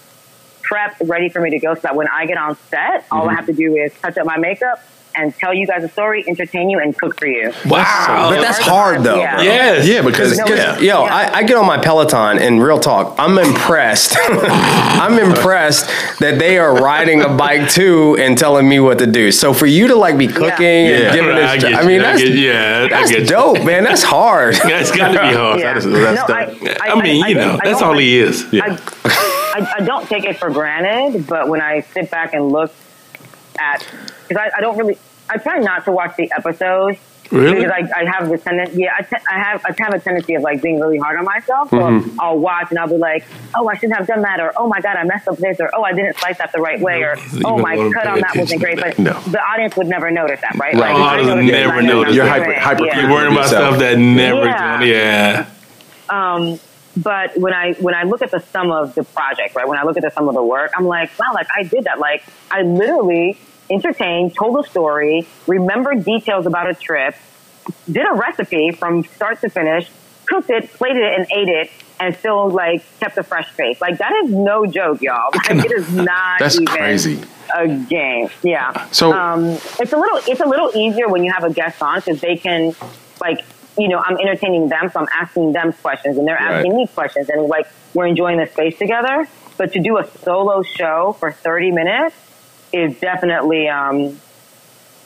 Speaker 6: prepped, ready for me to go, so that when I get on set, all
Speaker 5: Mm-hmm.
Speaker 6: I have to do is touch up my makeup and tell you guys a story, entertain you, and cook for you. Oh,
Speaker 3: Wow.
Speaker 4: But that's hard though.
Speaker 6: Yeah.
Speaker 4: bro.
Speaker 3: Yes.
Speaker 5: Yeah, because
Speaker 4: Cause,
Speaker 6: No,
Speaker 5: yeah.
Speaker 4: cause, yo, I, I get on my Peloton and real talk, I'm impressed. [laughs] I'm impressed that they are riding a bike too and telling me what to do. So for you to like be cooking and
Speaker 5: Yeah.
Speaker 4: giving
Speaker 3: I
Speaker 4: this,
Speaker 3: get
Speaker 4: I,
Speaker 3: you.
Speaker 4: mean,
Speaker 3: I
Speaker 4: that's,
Speaker 3: get- yeah, I
Speaker 4: that's
Speaker 3: get you.
Speaker 4: dope, man.
Speaker 3: [laughs]
Speaker 4: That's hard.
Speaker 3: That's got to be hard.
Speaker 6: Yeah.
Speaker 5: is- that's
Speaker 6: no,
Speaker 5: done.
Speaker 3: I mean, you know,
Speaker 6: don't- I
Speaker 3: that's
Speaker 6: don't
Speaker 3: all
Speaker 6: like-
Speaker 3: he is.
Speaker 6: I, I, I don't take it for granted, but when I sit back and look at, because I, I don't really, I try not to watch the episodes.
Speaker 3: Really?
Speaker 6: Because I, I have the tendency, yeah, I, te- I have I have a tendency of like being really hard on myself. So I'll watch and I'll be like, oh, I shouldn't have done that, or oh my god, I messed up this, or oh, I didn't slice that the right way, or
Speaker 3: You
Speaker 6: oh
Speaker 3: don't
Speaker 6: my
Speaker 3: wanna
Speaker 6: cut
Speaker 3: pay
Speaker 6: on that
Speaker 3: attention
Speaker 6: wasn't
Speaker 3: to
Speaker 6: great. But
Speaker 5: No.
Speaker 6: the audience would never notice that, right?
Speaker 5: Right.
Speaker 6: Like,
Speaker 5: The
Speaker 6: they
Speaker 3: audience
Speaker 6: notice it,
Speaker 3: never
Speaker 6: but I know
Speaker 3: notice.
Speaker 6: I'm
Speaker 5: You're
Speaker 6: doing
Speaker 5: hyper-
Speaker 6: it.
Speaker 5: hyper-
Speaker 6: Yeah.
Speaker 3: You're worrying about
Speaker 5: Yourself.
Speaker 3: stuff that never.
Speaker 6: Yeah.
Speaker 3: Yeah.
Speaker 6: Um, But when I when I look at the sum of the project, right? When I look at the sum of the work, I'm like, wow, like I did that. Like I literally entertained, told a story, remembered details about a trip, did a recipe from start to finish, cooked it, plated it, and ate it, and still like kept a fresh face. Like that is no
Speaker 5: [laughs]
Speaker 6: joke, y'all. Like, it is not.
Speaker 5: That's
Speaker 3: [laughs]
Speaker 6: even
Speaker 5: crazy.
Speaker 6: A game, yeah.
Speaker 5: So-
Speaker 6: um, it's a little it's a little easier when you have a guest on because they can like you know I'm entertaining them, so I'm asking them questions and they're
Speaker 5: Right.
Speaker 6: asking me questions, and like we're enjoying the space together. But to do a solo show for 30 minutes is definitely um,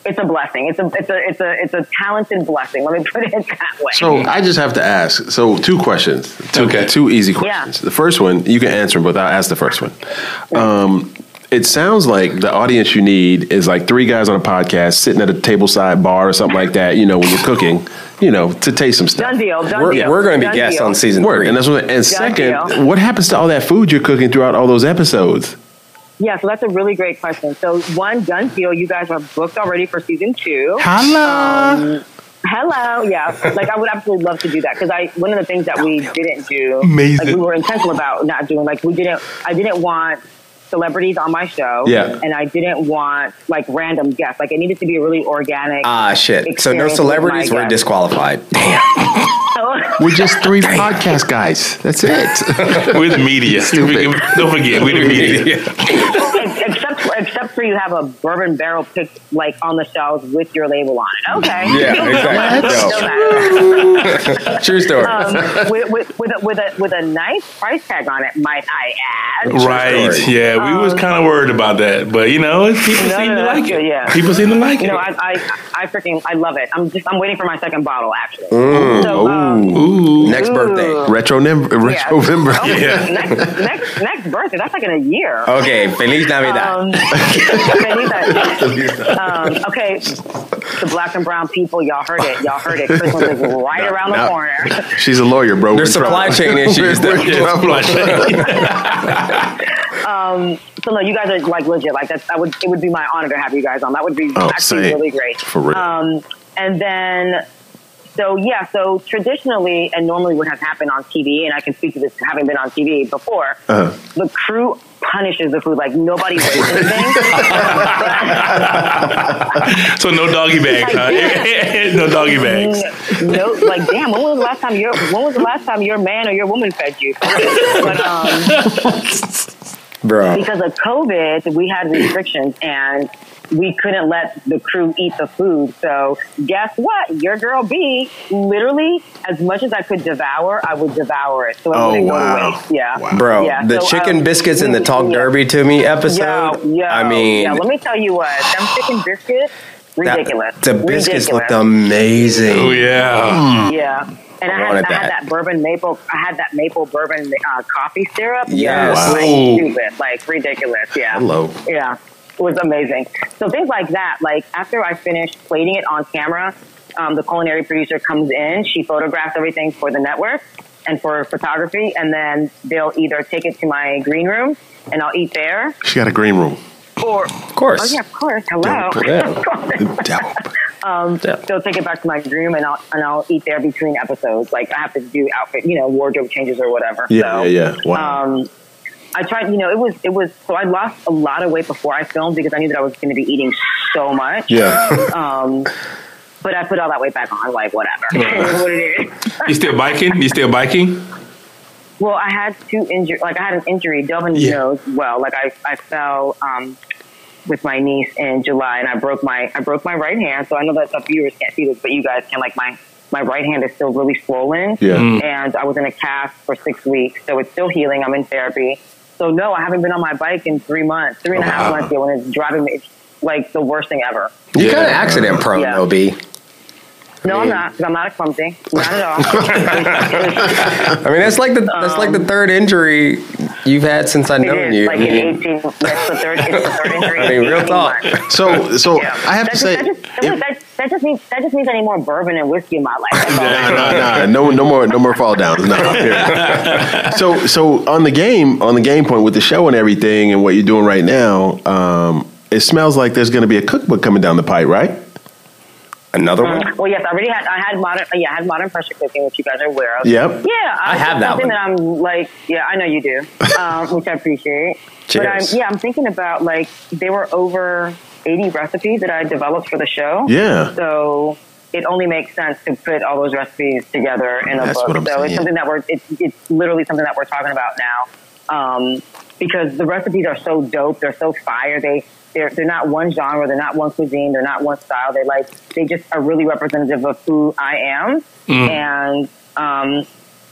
Speaker 6: it's a blessing. It's a it's a it's a it's a talented blessing. Let me put it that way.
Speaker 5: So I just have to ask. So two questions. Two,
Speaker 3: Okay.
Speaker 5: Two easy questions. The first one you can answer, 'em, but I'll ask the first one. Um, it sounds like the audience you need is like three guys on a podcast sitting at a tableside bar or something like that. You know, when you're cooking, you know, to taste some stuff.
Speaker 6: done deal. Done
Speaker 4: We're,
Speaker 6: deal.
Speaker 4: we're going to
Speaker 6: Done
Speaker 4: be guests
Speaker 6: deal.
Speaker 4: on season
Speaker 5: Word.
Speaker 4: three.
Speaker 5: And that's what. And
Speaker 6: deal.
Speaker 5: second, what happens to all that food you're cooking throughout all those episodes?
Speaker 6: Yeah, so that's a really great question. So one done deal. You guys are booked already for season two. Um,
Speaker 3: Holla.
Speaker 6: Hello, yeah. Like I would absolutely love to do that because I one of the things that we didn't do,
Speaker 3: Amazing.
Speaker 6: like we were intentional about not doing. Like we didn't, I didn't want celebrities on my show,
Speaker 5: Yeah.
Speaker 6: and I didn't want like random guests. Like it needed to be really organic.
Speaker 4: ah, shit. So no
Speaker 6: Experience with
Speaker 4: celebrities
Speaker 6: my
Speaker 4: were
Speaker 6: guest.
Speaker 4: disqualified. [laughs]
Speaker 5: We're just three podcast guys. That's it.
Speaker 3: We're the media. Don't forget, we're the media.
Speaker 6: [laughs] except for, except for you have a bourbon barrel picked like on the shelves with your label on it. Okay,
Speaker 4: Yeah, exactly.
Speaker 6: Doesn't
Speaker 4: No.
Speaker 6: matter.
Speaker 4: True story.
Speaker 5: [laughs]
Speaker 6: um, with, with, with, a, with, a, with a nice price tag on it, might I add.
Speaker 3: Right.
Speaker 4: story.
Speaker 3: Yeah, we was kind of worried about that, but you know, it's- people
Speaker 6: Um, No,
Speaker 3: seem
Speaker 6: no,
Speaker 3: to
Speaker 6: no,
Speaker 3: like
Speaker 6: that's
Speaker 3: it.
Speaker 6: good, yeah.
Speaker 3: People seem to like
Speaker 6: You
Speaker 3: it. [laughs]
Speaker 6: know, I, I, I freaking, I love it. I'm just, I'm waiting for my second bottle, actually.
Speaker 5: Mm, oh,
Speaker 6: so, um,
Speaker 5: Ooh,
Speaker 3: Ooh.
Speaker 4: Next birthday.
Speaker 5: retro nim- retro
Speaker 6: Oh,
Speaker 5: November.
Speaker 3: Yeah.
Speaker 6: next, next, next birthday, that's like in a year.
Speaker 5: Oh,
Speaker 4: Okay, Feliz Navidad.
Speaker 5: [laughs]
Speaker 6: Um, Benita, um, okay, the black and brown people, y'all heard it. Y'all heard it.
Speaker 5: [laughs]
Speaker 6: Christmas is right around the
Speaker 5: no.
Speaker 6: corner.
Speaker 5: [laughs] She's a lawyer, bro.
Speaker 4: There's supply
Speaker 3: [laughs]
Speaker 4: chain issues. though. [laughs]
Speaker 6: So no, you guys are like legit. Like that's I would it would be my honor to have you guys on. That would be
Speaker 5: Oh,
Speaker 6: actually
Speaker 5: same.
Speaker 6: really
Speaker 5: [laughs]
Speaker 6: great.
Speaker 5: For real.
Speaker 6: Um, and then so yeah, so traditionally and normally would have happened on TV, and I can speak to this having been on TV before.
Speaker 5: Uh-huh.
Speaker 6: The crew punishes the food like nobody wastes anything.
Speaker 3: So no doggy bags,
Speaker 6: [laughs]
Speaker 3: huh? [laughs] no doggy bags.
Speaker 6: no, like damn. When was the last time your When was the last time your man or your woman fed you? But, um,
Speaker 4: Bro.
Speaker 6: because of COVID, we had restrictions and we couldn't let the crew eat the food. So guess what? Your girl B, literally, as much as I could devour, I would devour it. So it
Speaker 5: Oh,
Speaker 6: wouldn't
Speaker 5: wow.
Speaker 6: go to waste. Yeah.
Speaker 4: Bro,
Speaker 6: Yeah,
Speaker 4: the
Speaker 6: so,
Speaker 4: chicken
Speaker 6: um,
Speaker 4: biscuits and the talk
Speaker 6: yeah.
Speaker 4: derby to me episode.
Speaker 6: Yo, yo,
Speaker 4: I mean,
Speaker 6: yo, let me tell you what,
Speaker 4: [sighs]
Speaker 6: them chicken biscuits,
Speaker 4: that-
Speaker 6: ridiculous.
Speaker 4: the biscuits
Speaker 6: ridiculous.
Speaker 4: looked amazing.
Speaker 3: Oh yeah.
Speaker 6: Yeah. And I,
Speaker 4: I
Speaker 6: had,
Speaker 4: wanted
Speaker 6: I had
Speaker 4: that.
Speaker 6: that bourbon maple. I had that maple bourbon uh, coffee syrup.
Speaker 4: Yes.
Speaker 6: Yeah, like
Speaker 3: Wow.
Speaker 6: stupid, like ridiculous. Yeah.
Speaker 5: Hello.
Speaker 6: Yeah, it was amazing. So things like that. Like after I finished plating it on camera, um, the culinary producer comes in. She photographs everything for the network and for photography, and then they'll either take it to my green room and I'll eat there,
Speaker 5: She got a green room.
Speaker 6: or
Speaker 4: Of course.
Speaker 6: oh yeah, of course, hello.
Speaker 5: Dope. Yeah.
Speaker 6: [laughs] Of course.
Speaker 5: Dope.
Speaker 6: They'll take it back to my room and I'll and I'll eat there between episodes. Like I have to do outfit, you know, wardrobe changes or whatever.
Speaker 5: Yeah,
Speaker 6: so,
Speaker 5: yeah, yeah. Wow.
Speaker 6: um, I tried, you know, it was, it was, so I lost a lot of weight before I filmed because I knew that I was going to be eating so much.
Speaker 5: yeah.
Speaker 6: Um, but I put all that weight back on, like, whatever. [laughs] It is what it is.
Speaker 3: You still biking? You still biking?
Speaker 6: Well, I had two injury, like, I had an injury. Delvin
Speaker 3: Yeah.
Speaker 6: knows well. Like, I, I fell, um, with my niece in July, and I broke my I broke my right hand. So I know that the viewers can't see this, but you guys can. Like my my right hand is still really swollen.
Speaker 5: Yeah. Mm.
Speaker 6: And I was in a cast for six weeks, so it's still healing. I'm in therapy. So no, I haven't been on my bike in three months, three and a half
Speaker 5: Oh, Wow.
Speaker 6: months ago, and it's driving me. It's like the worst thing ever.
Speaker 4: you kind of accident prone,
Speaker 6: Yeah.
Speaker 4: though, B.
Speaker 6: No, I'm not. 'cause I'm not a clumsy. Not at all.
Speaker 5: [laughs]
Speaker 6: [laughs]
Speaker 4: I mean, that's like the that's like the third injury you've had since I've
Speaker 6: Um, it
Speaker 4: known
Speaker 6: is
Speaker 4: you.
Speaker 6: like an 18. That's the
Speaker 4: [laughs]
Speaker 6: third. It's the third injury.
Speaker 4: I mean, real
Speaker 6: 18
Speaker 4: talk.
Speaker 6: months.
Speaker 5: [laughs] So, so
Speaker 6: Yeah.
Speaker 5: I have to
Speaker 6: That just-
Speaker 5: say,
Speaker 6: that just, that,
Speaker 5: if-
Speaker 6: that- that just means that just means I need more bourbon and whiskey in my life. That's all.
Speaker 5: [laughs] nah, nah, no, no more, no more fall downs. No. I'm [laughs] here. so, so on the game, on the game point with the show and everything, and what you're doing right now, um, it smells like there's going to be a cookbook coming down the pipe, right?
Speaker 4: Another
Speaker 6: Mm,
Speaker 4: one?
Speaker 6: Well, yes, I already had. I had modern. Yeah, I had modern pressure cooking, which you guys are aware of.
Speaker 5: Yep.
Speaker 6: Yeah, I,
Speaker 4: have that one.
Speaker 6: something that I'm like, yeah, I know you do,
Speaker 4: [laughs]
Speaker 6: um, which I appreciate. But I'm,
Speaker 4: Cheers.
Speaker 6: yeah, I'm thinking about like there were over 80 recipes that I developed for the show.
Speaker 5: Yeah.
Speaker 6: So it only makes sense to put all those recipes together in a
Speaker 5: That's
Speaker 6: book.
Speaker 5: what I'm
Speaker 6: so
Speaker 5: saying.
Speaker 6: it's something that we're it's it's literally something that we're talking about now. Um, because the recipes are so dope, they're so fire. They they're they're not one genre, they're not one cuisine, they're not one style. They like they just are really representative of who I am.
Speaker 5: Mm.
Speaker 6: And um,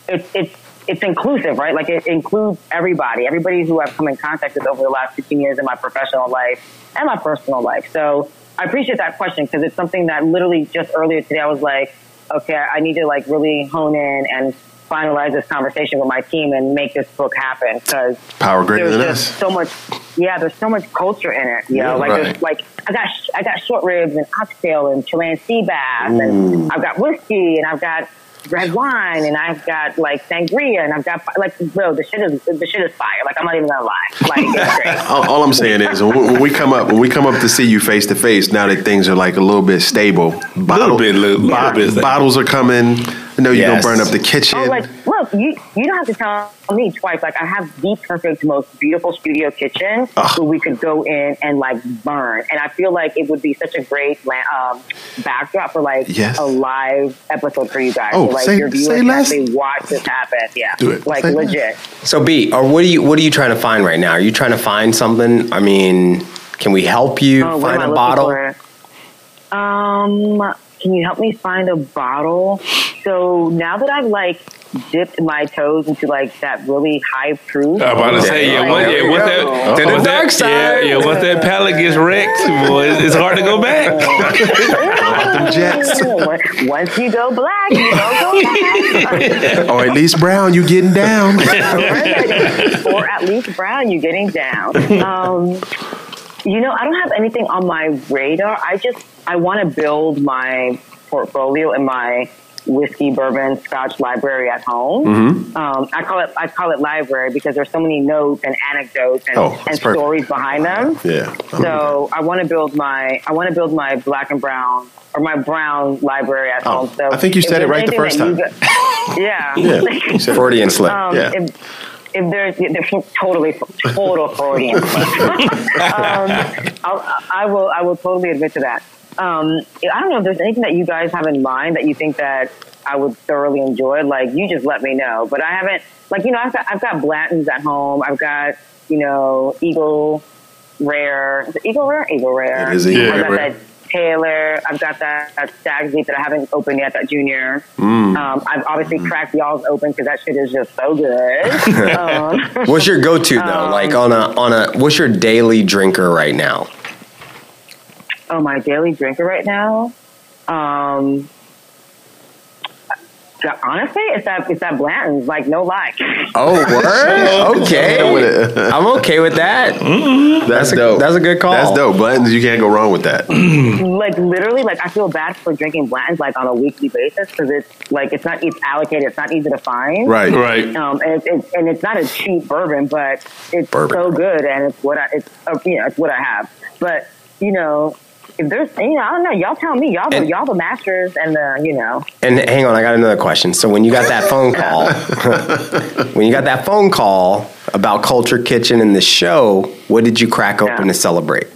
Speaker 6: it's it's it's inclusive, right? Like it includes everybody, everybody who I've come in contact with over the last 15 years in my professional life and my personal life. So I appreciate that question because it's something that literally just earlier today I was like, okay, I need to like really hone in and finalize this conversation with my team and make this book happen because
Speaker 5: Power greater
Speaker 6: there's
Speaker 5: than
Speaker 6: just
Speaker 5: us.
Speaker 6: so much. Yeah, there's so much culture in it. You
Speaker 5: Yeah,
Speaker 6: know, like
Speaker 5: right.
Speaker 6: there's, like I got sh- I got short ribs and oxtail and Chilean sea bass, and I've got whiskey and I've got red wine and I've got like sangria and I've got like bro, the shit is the shit is fire. Like I'm not even gonna lie, like it's great.
Speaker 5: All, all I'm saying is, when when we come up, when we come up to see you face to face, now that things are like a little bit stable, bottle-
Speaker 3: bit, little- little bit stable.
Speaker 5: bottles are coming. I know you're
Speaker 4: Yes.
Speaker 5: gonna burn up the kitchen.
Speaker 6: Oh, like, look, you you don't have to tell me twice. Like, I have the perfect, most beautiful studio kitchen
Speaker 5: Ah.
Speaker 6: where we could go in and like burn. And I feel like it would be such a great la- um, backdrop for like
Speaker 5: Yes.
Speaker 6: a live episode for you guys.
Speaker 5: Oh,
Speaker 6: so, like
Speaker 5: say-
Speaker 6: your viewers
Speaker 5: say
Speaker 6: can
Speaker 5: less.
Speaker 6: actually watch this happen. Yeah,
Speaker 5: Do it.
Speaker 6: like
Speaker 5: Say less.
Speaker 6: legit.
Speaker 4: So B, or what are you what are you trying to find right now? Are you trying to find something? I mean, can we help you
Speaker 6: Oh, what
Speaker 4: find
Speaker 6: am
Speaker 4: a
Speaker 6: I
Speaker 4: bottle?
Speaker 6: looking for? Um, can you help me find a bottle? So now that I've like dipped my toes into like that really high proof.
Speaker 3: I'm about to say, yeah,
Speaker 6: Like,
Speaker 3: once, yeah, once that,
Speaker 4: To the
Speaker 3: once
Speaker 4: dark
Speaker 3: that-
Speaker 4: side.
Speaker 3: Yeah, yeah, once that palate gets wrecked, boy, it's, it's hard to go back.
Speaker 5: [laughs]
Speaker 6: [laughs]
Speaker 5: them jets.
Speaker 6: Once you go black, you
Speaker 5: [laughs]
Speaker 6: don't go black.
Speaker 5: or at least brown, you getting down.
Speaker 6: or at least brown, you're getting down. Um, you know, I don't have anything on my radar. I just I want to build my portfolio and my whiskey, bourbon, scotch library at home.
Speaker 5: Mm-hmm.
Speaker 6: Um, I call it I call it library because there's so many notes and anecdotes and,
Speaker 5: Oh, that's
Speaker 6: and
Speaker 5: perfect.
Speaker 6: stories behind them.
Speaker 5: yeah.
Speaker 6: So I want to build my I want to build my black and brown or my brown library at
Speaker 5: Oh,
Speaker 6: home. So
Speaker 5: I think you
Speaker 6: if
Speaker 5: said it
Speaker 6: there's
Speaker 5: right the
Speaker 6: anything
Speaker 5: first
Speaker 6: that
Speaker 5: [laughs]
Speaker 6: you
Speaker 5: yeah.
Speaker 6: go- yeah.
Speaker 5: you said it.
Speaker 4: Freudian slip.
Speaker 6: Um,
Speaker 5: Yeah.
Speaker 6: if, if there's, there's totally total
Speaker 5: [laughs]
Speaker 6: Freudian. um, I'll, I will I will totally admit to that. Um, I don't know if there's anything that you guys have in mind that you think that I would thoroughly enjoy. Like you just let me know, but I haven't. Like you know, I've got I've got Blanton's at home. I've got you know Eagle Rare. Is it Eagle Rare? Eagle Rare.
Speaker 5: It is Eagle
Speaker 6: I've got
Speaker 5: Rare.
Speaker 6: that Taylor. I've got that, that Stag's Leap that I haven't opened yet, that junior.
Speaker 5: Mm.
Speaker 6: Um, I've obviously
Speaker 5: Mm-hmm.
Speaker 6: cracked y'all's open because that shit is just
Speaker 5: [laughs]
Speaker 6: so good. um,
Speaker 4: What's your go to though?
Speaker 6: [laughs]
Speaker 4: like on a on a what's your daily drinker right now?
Speaker 6: oh, my daily drinker right now. Um, the- honestly, it's that it's that Blanton's. Like no lie. [laughs]
Speaker 5: [laughs]
Speaker 4: Oh, word? okay.
Speaker 5: Yeah, with it. Mm-hmm.
Speaker 4: I'm okay with that.
Speaker 5: That's,
Speaker 4: a-
Speaker 5: dope.
Speaker 4: that's a good call.
Speaker 5: That's dope. Buttons, you can't go wrong with that.
Speaker 6: like literally, like I feel bad for drinking Blanton's like on a weekly basis because it's like it's not it's allocated. It's not easy to find.
Speaker 5: Right.
Speaker 3: Right.
Speaker 6: Um, and, it's, it's, and it's not a cheap bourbon, but it's
Speaker 4: Bourbon.
Speaker 6: so good, and it's what I it's uh, you know it's what I have. But you know, if there's you know I don't know, y'all tell me, y'all the
Speaker 4: And-
Speaker 6: y'all the masters, and the you know
Speaker 4: And hang on, I got another question. So when you got that
Speaker 5: [laughs]
Speaker 4: phone call, when you got that phone call about Culture Kitchen and the show, what did you crack open
Speaker 6: Yeah.
Speaker 4: to celebrate?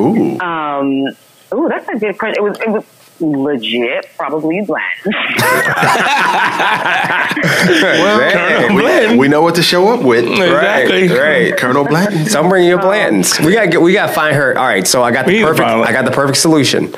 Speaker 5: Ooh.
Speaker 6: um, ooh, that's a good question. It was it was legit, probably bland. [laughs]
Speaker 4: Well,
Speaker 5: we, we know what to show up with.
Speaker 3: Exactly.
Speaker 4: right.
Speaker 5: Colonel Blanton.
Speaker 4: So I'm bringing you Blanton's. We got we got to find her. All right, so I got
Speaker 3: We
Speaker 4: the
Speaker 3: need to
Speaker 4: perfect.
Speaker 3: find-
Speaker 4: I got the perfect solution.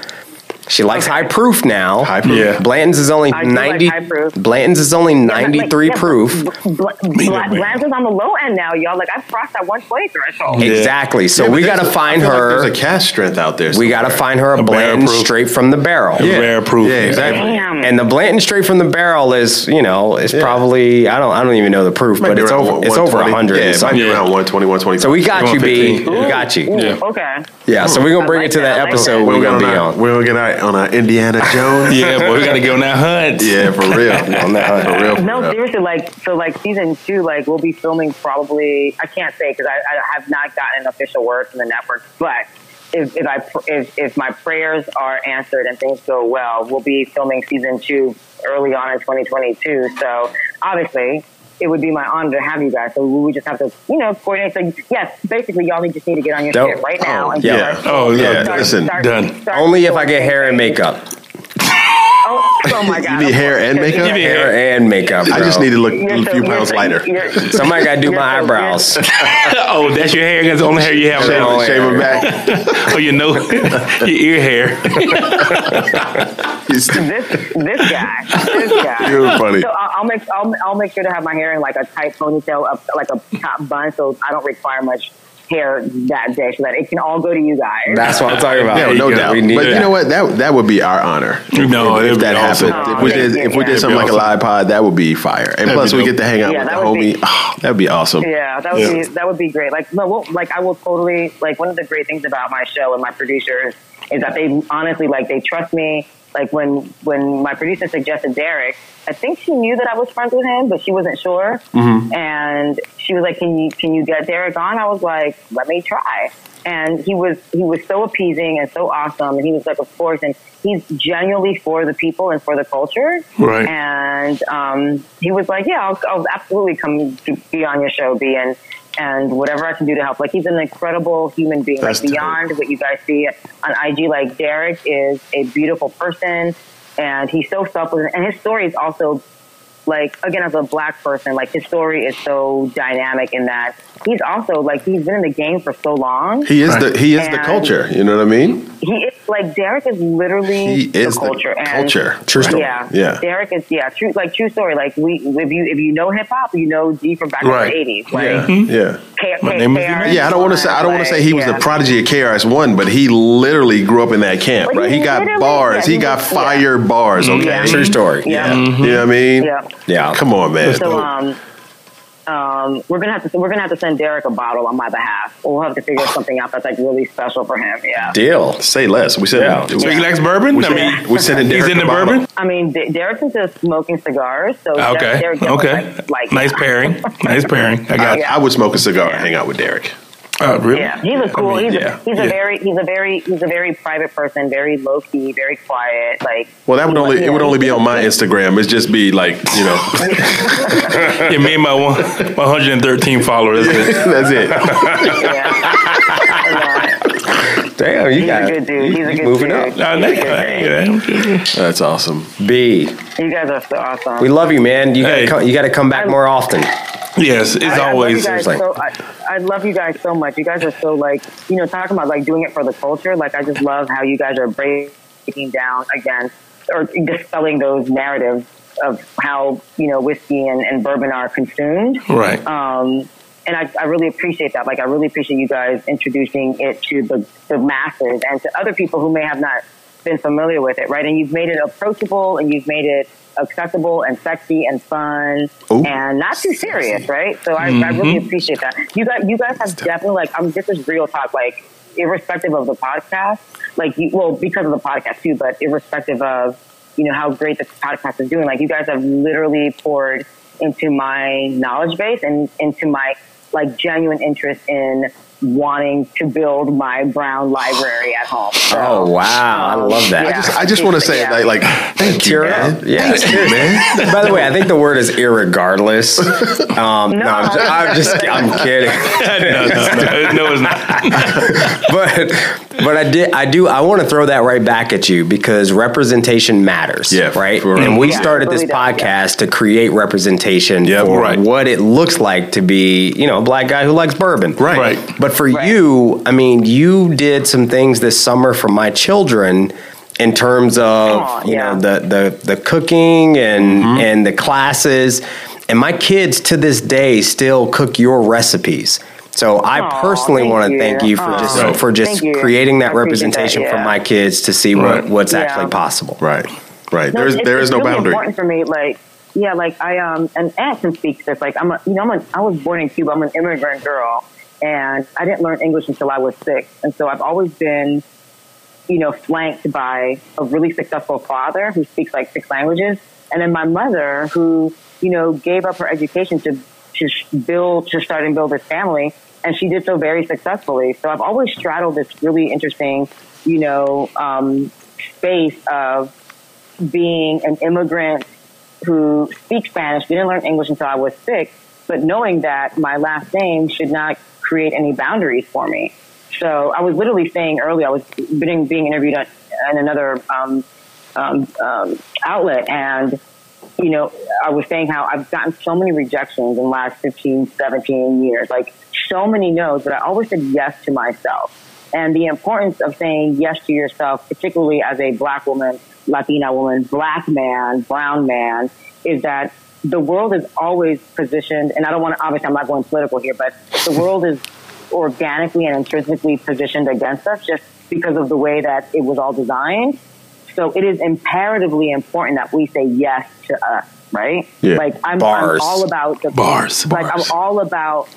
Speaker 4: She likes high proof now.
Speaker 5: High proof.
Speaker 3: Yeah.
Speaker 4: Blanton's is only
Speaker 6: I do like
Speaker 4: ninety.
Speaker 6: high proof.
Speaker 4: Blanton's is only ninety three
Speaker 6: Like, yeah,
Speaker 4: proof.
Speaker 6: Bl- bl- bl- bland's is on the low end now, y'all. Like I've crossed that one twenty threshold.
Speaker 4: Exactly. So we got to find
Speaker 5: I feel like
Speaker 4: her.
Speaker 5: there's a cast strength out there.
Speaker 4: we got to find her a,
Speaker 3: A barrel
Speaker 4: Blanton
Speaker 3: proof.
Speaker 4: straight from the barrel.
Speaker 5: Yeah.
Speaker 3: Rare proof.
Speaker 5: Yeah, exactly.
Speaker 6: Damn.
Speaker 4: And the Blanton straight from the barrel is, you know, it's
Speaker 5: Yeah.
Speaker 4: probably I don't I don't even know the proof,
Speaker 5: Might
Speaker 4: but
Speaker 5: be
Speaker 4: it's
Speaker 5: around
Speaker 4: over
Speaker 5: one-
Speaker 4: it's over
Speaker 5: 120.
Speaker 4: hundred.
Speaker 5: Yeah, it might be
Speaker 3: Yeah.
Speaker 5: around 120, 125.
Speaker 4: So we got you, B.
Speaker 3: 115.
Speaker 4: We got you.
Speaker 6: Ooh,
Speaker 4: Yeah,
Speaker 3: Yeah.
Speaker 6: Okay.
Speaker 4: so we're gonna bring
Speaker 6: I
Speaker 4: it
Speaker 6: like
Speaker 4: to that,
Speaker 6: that. I like
Speaker 4: episode
Speaker 6: that.
Speaker 5: We're
Speaker 4: we're
Speaker 5: gonna
Speaker 4: gonna be
Speaker 5: get
Speaker 4: on.
Speaker 5: on. We're gonna get our- on our Indiana Jones.
Speaker 3: [laughs] Yeah, boy, we got to go now hunt.
Speaker 5: Yeah, for real. on that, for
Speaker 3: [laughs]
Speaker 5: real. for
Speaker 6: No,
Speaker 5: real.
Speaker 6: seriously, like so, like season two, like we'll be filming probably. I can't say because I, I have not gotten official word from the network, but if, if I pr- if, if my prayers are answered and things go well, we'll be filming season two early on in 2022. So obviously, it would be my honor to have you guys. So we would just have to, you know, coordinate. So yes, basically, y'all need just need to get on your
Speaker 4: Dope.
Speaker 6: shit right now.
Speaker 5: Oh,
Speaker 6: and
Speaker 5: yeah.
Speaker 6: start-
Speaker 3: Oh, yeah.
Speaker 6: start-
Speaker 5: Listen,
Speaker 6: start-
Speaker 3: done.
Speaker 6: start-
Speaker 4: Only if I get hair and makeup.
Speaker 6: Oh, oh my
Speaker 5: [laughs]
Speaker 6: God!
Speaker 5: You need hair and makeup?
Speaker 3: You need
Speaker 4: Hair and makeup.
Speaker 5: I just
Speaker 4: bro.
Speaker 5: need to look
Speaker 6: You're
Speaker 5: a
Speaker 6: so-
Speaker 5: few
Speaker 6: you're
Speaker 5: pounds
Speaker 6: so-
Speaker 5: lighter. [laughs]
Speaker 6: you're-
Speaker 4: Somebody got to do
Speaker 6: you're
Speaker 4: my
Speaker 6: so-
Speaker 4: eyebrows.
Speaker 3: [laughs] oh, that's your hair. That's the only hair you have.
Speaker 5: Shave,
Speaker 3: now.
Speaker 4: Oh,
Speaker 5: shave
Speaker 4: yeah.
Speaker 5: it back.
Speaker 3: Oh, your nose, [laughs] your ear hair.
Speaker 6: this this guy, this guy. [laughs]
Speaker 5: You're funny.
Speaker 6: So I'll, I'll make I'll, I'll make sure to have my hair in like a tight ponytail, up like a top bun, so I don't require much hair that day, so that it can all go to you guys.
Speaker 4: That's what I'm talking about.
Speaker 5: No, no
Speaker 3: you go.
Speaker 5: doubt.
Speaker 4: We need
Speaker 5: But you
Speaker 4: that.
Speaker 5: know what? That that would be our honor.
Speaker 3: No,
Speaker 5: if,
Speaker 3: it'd be
Speaker 5: that
Speaker 3: awesome.
Speaker 5: happened. if we
Speaker 6: Oh,
Speaker 5: did,
Speaker 6: yeah,
Speaker 5: if we
Speaker 6: yeah.
Speaker 5: did something like a live pod, that would be fire. And
Speaker 3: That'd
Speaker 5: plus,
Speaker 3: be
Speaker 5: we
Speaker 3: dope.
Speaker 5: get to hang out
Speaker 6: Yeah,
Speaker 5: with the
Speaker 6: that would
Speaker 5: homie.
Speaker 6: be-
Speaker 5: oh, that'd be awesome.
Speaker 6: Yeah, that would
Speaker 3: Yeah.
Speaker 6: be that would be great. Like no, we'll, like I will totally like one of the great things about my show and my producers is that they honestly like they trust me. Like when when my producer suggested Derek, I think she knew that I was friends with him, but she wasn't sure.
Speaker 3: Mm-hmm.
Speaker 6: And she was like, "Can you can you get Derek on?" I was like, "Let me try." And he was he was so appeasing and so awesome, and he was like, "Of course." And he's genuinely for the people and for the culture.
Speaker 3: Right.
Speaker 6: And um, he was like, "Yeah, I'll, I'll absolutely come to be on your show, be and and whatever I can do to help." Like he's an incredible human being,
Speaker 5: That's
Speaker 6: like
Speaker 5: dope.
Speaker 6: beyond what you guys see on IG. Like Derek is a beautiful person, and he's so selfless, and his story is also like again as a black person like his story is so dynamic in that he's also like he's been in the game for so long
Speaker 5: He is the he is the
Speaker 6: And-
Speaker 5: culture. You know what I mean?
Speaker 6: he is like Derek is literally
Speaker 5: He is
Speaker 6: the
Speaker 5: the
Speaker 6: culture. and-
Speaker 5: culture. True story.
Speaker 6: Yeah,
Speaker 5: Yeah.
Speaker 6: Derek is yeah, true like true story. Like we if you if you know hip hop, you know D from back
Speaker 3: Right. Hmm?
Speaker 6: in the eighties. Like
Speaker 5: Yeah, yeah.
Speaker 6: K-
Speaker 3: My
Speaker 6: K-
Speaker 3: name is
Speaker 6: KRS-One,
Speaker 5: Yeah, I don't want to say I don't want to say he was
Speaker 6: like,
Speaker 5: the
Speaker 6: yeah.
Speaker 5: prodigy of KRS One, but he literally grew up in that camp,
Speaker 6: But
Speaker 5: right?
Speaker 6: he
Speaker 5: He got
Speaker 6: literally-
Speaker 5: bars,
Speaker 6: yeah,
Speaker 5: he
Speaker 6: he
Speaker 5: got
Speaker 6: was-
Speaker 5: fire bars. Okay,
Speaker 6: Yeah.
Speaker 4: True story.
Speaker 6: Yeah.
Speaker 5: You know what I mean?
Speaker 6: Yeah.
Speaker 4: Yeah.
Speaker 5: Come on, man.
Speaker 6: So um, um, we're gonna have to we're gonna have to send Derek a bottle on my behalf. We'll have to figure something out that's like really special for him. Yeah.
Speaker 4: Deal.
Speaker 5: Say less. We said
Speaker 4: Yeah.
Speaker 3: So he likes bourbon.
Speaker 5: We
Speaker 3: I mean,
Speaker 5: said, we said it
Speaker 3: he's
Speaker 5: Derek
Speaker 3: in the
Speaker 5: Obama.
Speaker 3: bourbon.
Speaker 6: I mean, D- Derek's into smoking cigars, so
Speaker 3: Okay.
Speaker 6: Derek definitely
Speaker 3: Okay.
Speaker 6: likes, like Oh,
Speaker 3: Nice pairing. Nice pairing. I got.
Speaker 5: I,
Speaker 3: you.
Speaker 5: I would smoke a cigar and hang out with Derek.
Speaker 3: Oh, really?
Speaker 6: Yeah, he's a cool.
Speaker 3: mean,
Speaker 6: he's
Speaker 5: yeah,
Speaker 6: a, he's
Speaker 3: yeah.
Speaker 6: a very he's a very he's a very private person, very low key, very quiet. Like
Speaker 5: Well, that would
Speaker 6: he-
Speaker 5: only it
Speaker 6: yeah,
Speaker 5: would
Speaker 6: he-
Speaker 5: only be on my Instagram. It'd just be like you
Speaker 6: [laughs]
Speaker 5: know, [laughs]
Speaker 3: Yeah, me and my one, 113 followers.
Speaker 5: that's it. [laughs]
Speaker 6: Yeah. Yeah.
Speaker 4: Damn, you
Speaker 6: He's
Speaker 4: got
Speaker 6: a good dude. He's a good
Speaker 4: moving
Speaker 6: dude.
Speaker 4: up.
Speaker 3: Uh, next- hey,
Speaker 5: That's awesome.
Speaker 4: B,
Speaker 6: You guys are so awesome.
Speaker 4: we love you, man. You
Speaker 3: Hey.
Speaker 4: gotta come, you got to come back more often.
Speaker 3: Yes, it's
Speaker 6: I,
Speaker 3: always.
Speaker 6: I love, you
Speaker 4: like-
Speaker 6: guys so, I, I love you guys so much. You guys are so like you know talking about like doing it for the culture. Like I just love how you guys are breaking down again or dispelling those narratives of how you know whiskey and, and bourbon are consumed.
Speaker 3: Right.
Speaker 6: um, and I, I really appreciate that. Like, I really appreciate you guys introducing it to the, the masses and to other people who may have not been familiar with it, right? And you've made it approachable and you've made it accessible and sexy and fun
Speaker 5: Ooh.
Speaker 6: and not too serious, right? So I, I really appreciate that. You guys, you guys have definitely like, I'm this is real talk, like irrespective of the podcast, like you, well, because of the podcast too, but irrespective of, you know, how great the podcast is doing. Like you guys have literally poured into my knowledge base and into my like genuine interest in wanting to build my brown library at home.
Speaker 4: Oh wow, I love that.
Speaker 6: Yeah.
Speaker 5: I just I just want to say
Speaker 6: Yeah.
Speaker 5: like, like thank you,
Speaker 4: Tear up.
Speaker 5: man.
Speaker 4: Yeah. By the way, I think the word is irregardless. [laughs] Um, no, I'm, just, I'm just I'm kidding.
Speaker 3: no,
Speaker 5: [laughs]
Speaker 3: no, no, no, it's not. [laughs]
Speaker 4: but but I did I do I want to throw that right back at you because representation matters.
Speaker 5: Yeah,
Speaker 4: right.
Speaker 5: for real.
Speaker 4: And we
Speaker 6: Yeah,
Speaker 4: started
Speaker 6: it
Speaker 4: this
Speaker 6: really does, yeah.
Speaker 4: podcast to create representation
Speaker 5: Yeah,
Speaker 4: for
Speaker 5: right.
Speaker 4: what it looks like to be you know a black guy who likes bourbon.
Speaker 5: Right.
Speaker 3: Right.
Speaker 4: But for
Speaker 6: Right.
Speaker 4: you, I mean, you did some things this summer for my children in terms of
Speaker 6: Aw,
Speaker 4: you
Speaker 6: yeah.
Speaker 4: know the the the cooking and
Speaker 5: Mm-hmm.
Speaker 4: and the classes. And my kids to this day still cook your recipes. So I
Speaker 6: Aw,
Speaker 4: personally
Speaker 6: thank
Speaker 4: want to
Speaker 6: you.
Speaker 4: thank you for
Speaker 6: Aw,
Speaker 4: just
Speaker 3: Right.
Speaker 4: for just
Speaker 6: thank you.
Speaker 4: creating that
Speaker 6: I appreciate
Speaker 4: representation
Speaker 6: that,
Speaker 4: for
Speaker 6: yeah.
Speaker 4: my kids to see
Speaker 3: Right.
Speaker 4: what, what's
Speaker 6: Yeah.
Speaker 4: actually possible.
Speaker 5: Right, right.
Speaker 6: No,
Speaker 5: There's
Speaker 6: it's-
Speaker 5: there
Speaker 6: it's
Speaker 5: is no
Speaker 6: really
Speaker 5: boundary.
Speaker 6: Important for me, like yeah, like I um and aunt can speak to this. Like I'm a you know I'm a, I was born in Cuba. I'm an immigrant girl, and I didn't learn English until I was six, and so I've always been, you know, flanked by a really successful father who speaks like six languages, and then my mother who you know gave up her education to to sh- build to start and build this family. and she did so very successfully. So I've always straddled this really interesting, you know, um, space of being an immigrant who speaks Spanish, didn't learn English until I was six, but knowing that my last name should not create any boundaries for me. So I was literally saying earlier, I was being, being interviewed on, on another um, um, um, outlet, and you know, I was saying how I've gotten so many rejections in the last 15, 17 years, like so many no's, but I always said yes to myself. And the importance of saying yes to yourself, particularly as a black woman, Latina woman, black man, brown man, is that the world is always positioned, and I don't want to, obviously, I'm not going political here, but the world is organically and intrinsically positioned against us just because of the way that it was all designed. So it is imperatively important that we say yes to us, right?
Speaker 5: Yeah.
Speaker 6: Like I'm, I'm
Speaker 4: Bars.
Speaker 6: all about the
Speaker 3: Bars,
Speaker 6: Like
Speaker 3: bars.
Speaker 6: I'm all about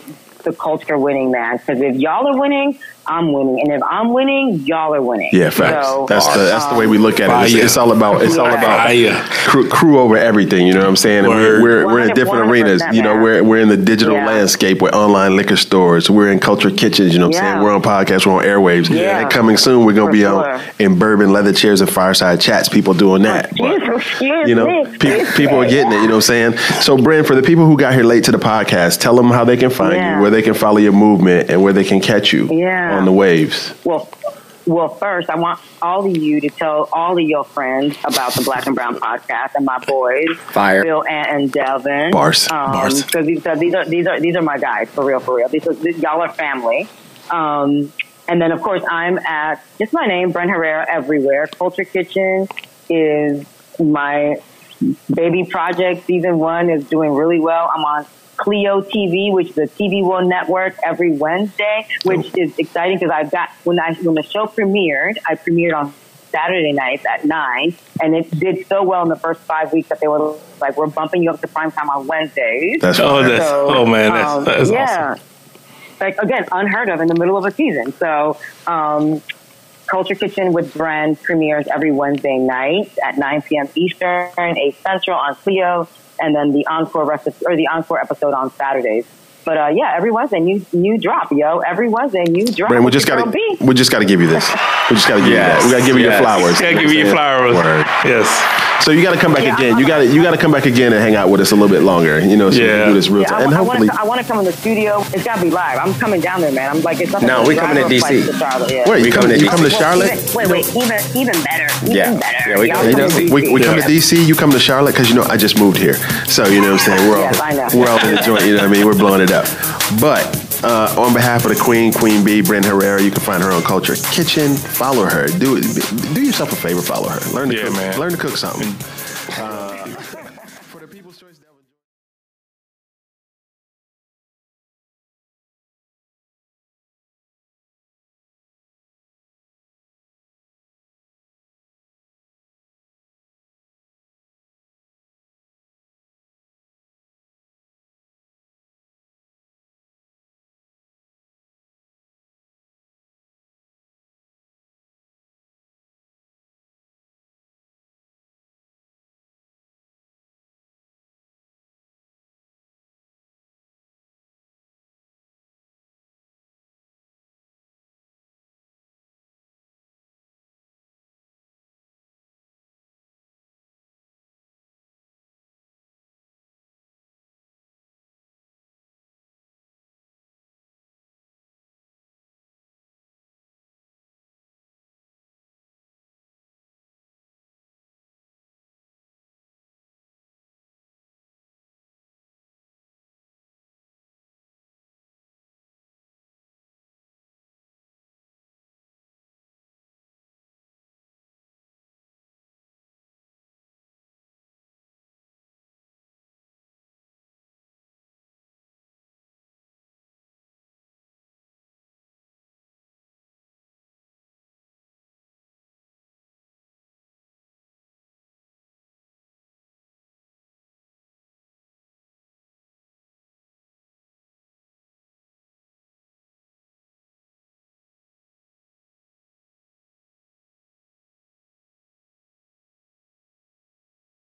Speaker 6: the culture winning, man. Because if y'all are winning, I'm winning, and if I'm winning, y'all are winning.
Speaker 5: Yeah, facts.
Speaker 6: So,
Speaker 5: that's the that's the way we look at it. It's,
Speaker 3: Fire.
Speaker 5: it's all about it's all
Speaker 6: Yeah.
Speaker 5: about
Speaker 3: Fire.
Speaker 5: crew, crew over everything. You know what I'm saying? And we're
Speaker 3: Word.
Speaker 5: we're, we're in
Speaker 6: One-
Speaker 5: different
Speaker 6: one
Speaker 5: arenas.
Speaker 6: percent,
Speaker 5: You know,
Speaker 6: man.
Speaker 5: we're we're in the digital
Speaker 6: Yeah.
Speaker 5: landscape. We're online liquor stores. We're in culture kitchens. You know what I'm
Speaker 6: Yeah.
Speaker 5: saying? We're on podcasts. We're on airwaves.
Speaker 6: Yeah.
Speaker 5: And coming soon, we're gonna
Speaker 6: For
Speaker 5: be
Speaker 6: sure.
Speaker 5: on in bourbon leather chairs and fireside chats. People doing that. But-
Speaker 6: Jesus, [laughs] excuse
Speaker 5: you know,
Speaker 6: me,
Speaker 5: pe-
Speaker 6: excuse
Speaker 5: people are
Speaker 6: me.
Speaker 5: getting it. You know what I'm saying? So, Bryn, for the people who got here late to the podcast, tell them how they can find
Speaker 6: Yeah.
Speaker 5: you, where they can follow your movement, and where they can catch you
Speaker 6: Yeah.
Speaker 5: on the waves.
Speaker 6: Well, well, first, I want all of you to tell all of your friends about the Black and Brown podcast and my boys,
Speaker 4: Fire.
Speaker 6: Bill and, and Devin.
Speaker 5: Bars.
Speaker 3: Bars.
Speaker 6: Because these, 'cause these are these are these are my guys for real, for real. These are, these, y'all are family. Um, and then, of course, I'm at just my name, Brent Herrera, everywhere. Culture Kitchen is my baby project. Season one is doing really well. I'm on Clio TV, which is a TV World network, every Wednesday, which is exciting because I've got when I when the show premiered, I premiered on Saturday nights at nine, and it did so well in the first five weeks that they were like, "We're bumping you up to prime time on Wednesdays."
Speaker 5: That's
Speaker 3: Oh, [laughs]
Speaker 5: fire.
Speaker 3: that's, oh man, that's,
Speaker 6: um,
Speaker 3: that's
Speaker 6: yeah. Like again, unheard of in the middle of a season. So, um, Culture Kitchen with Bren premieres every Wednesday night at 9 p.m. Eastern, 8 Central on Clio, and then the encore recipe or the encore episode on Saturdays. But uh, yeah, every Wednesday new new drop, yo. Every Wednesday new drop.
Speaker 5: Brandon, we
Speaker 6: With
Speaker 5: just
Speaker 6: your
Speaker 5: gotta
Speaker 6: girl B.
Speaker 5: we just gotta give you this. We just gotta give
Speaker 4: Yes.
Speaker 5: you that. We gotta give you your
Speaker 4: Yes.
Speaker 5: flowers.
Speaker 3: awesome. Yeah, give me your flowers.
Speaker 5: Word.
Speaker 3: Yes,
Speaker 5: So you gotta come back
Speaker 6: Yeah,
Speaker 5: again.
Speaker 6: I'm-
Speaker 5: You gotta you gotta come back again and hang out with us a little bit longer. You know, so we
Speaker 3: Yeah.
Speaker 5: can do this real
Speaker 6: Yeah,
Speaker 5: time.
Speaker 6: I,
Speaker 5: And
Speaker 6: I
Speaker 5: hopefully,
Speaker 6: want to. I want to come in the studio. It's gotta be live. I'm coming down there, man. I'm like, it's nothing.
Speaker 4: No,
Speaker 6: but
Speaker 4: we coming
Speaker 6: drive
Speaker 4: to
Speaker 6: up, like,
Speaker 4: DC.
Speaker 6: to Charlotte, yeah.
Speaker 5: wait, you
Speaker 4: come
Speaker 5: come
Speaker 4: to
Speaker 5: to you
Speaker 4: DC.
Speaker 5: come to
Speaker 6: Well,
Speaker 5: Charlotte.
Speaker 6: Even, wait, wait, even even better, even
Speaker 4: Yeah.
Speaker 6: better.
Speaker 4: Yeah, we
Speaker 6: Y'all
Speaker 4: come to
Speaker 6: come
Speaker 4: DC.
Speaker 5: We, we come to
Speaker 3: Yeah.
Speaker 5: DC. You come to Charlotte because you know I just moved here, so you know what I'm saying. We're all
Speaker 6: Yes, I know.
Speaker 5: we're all in the joint. You know what I mean? We're blowing it up. But uh, on behalf of the Queen, Queen B, Bryn Herrera, you can find her on Culture Kitchen. Follow her. Do it. do yourself a favor. Follow her. Learn to
Speaker 3: Yeah,
Speaker 5: cook.
Speaker 3: man.
Speaker 5: Learn to cook something. Uh, for the people's choice. that was-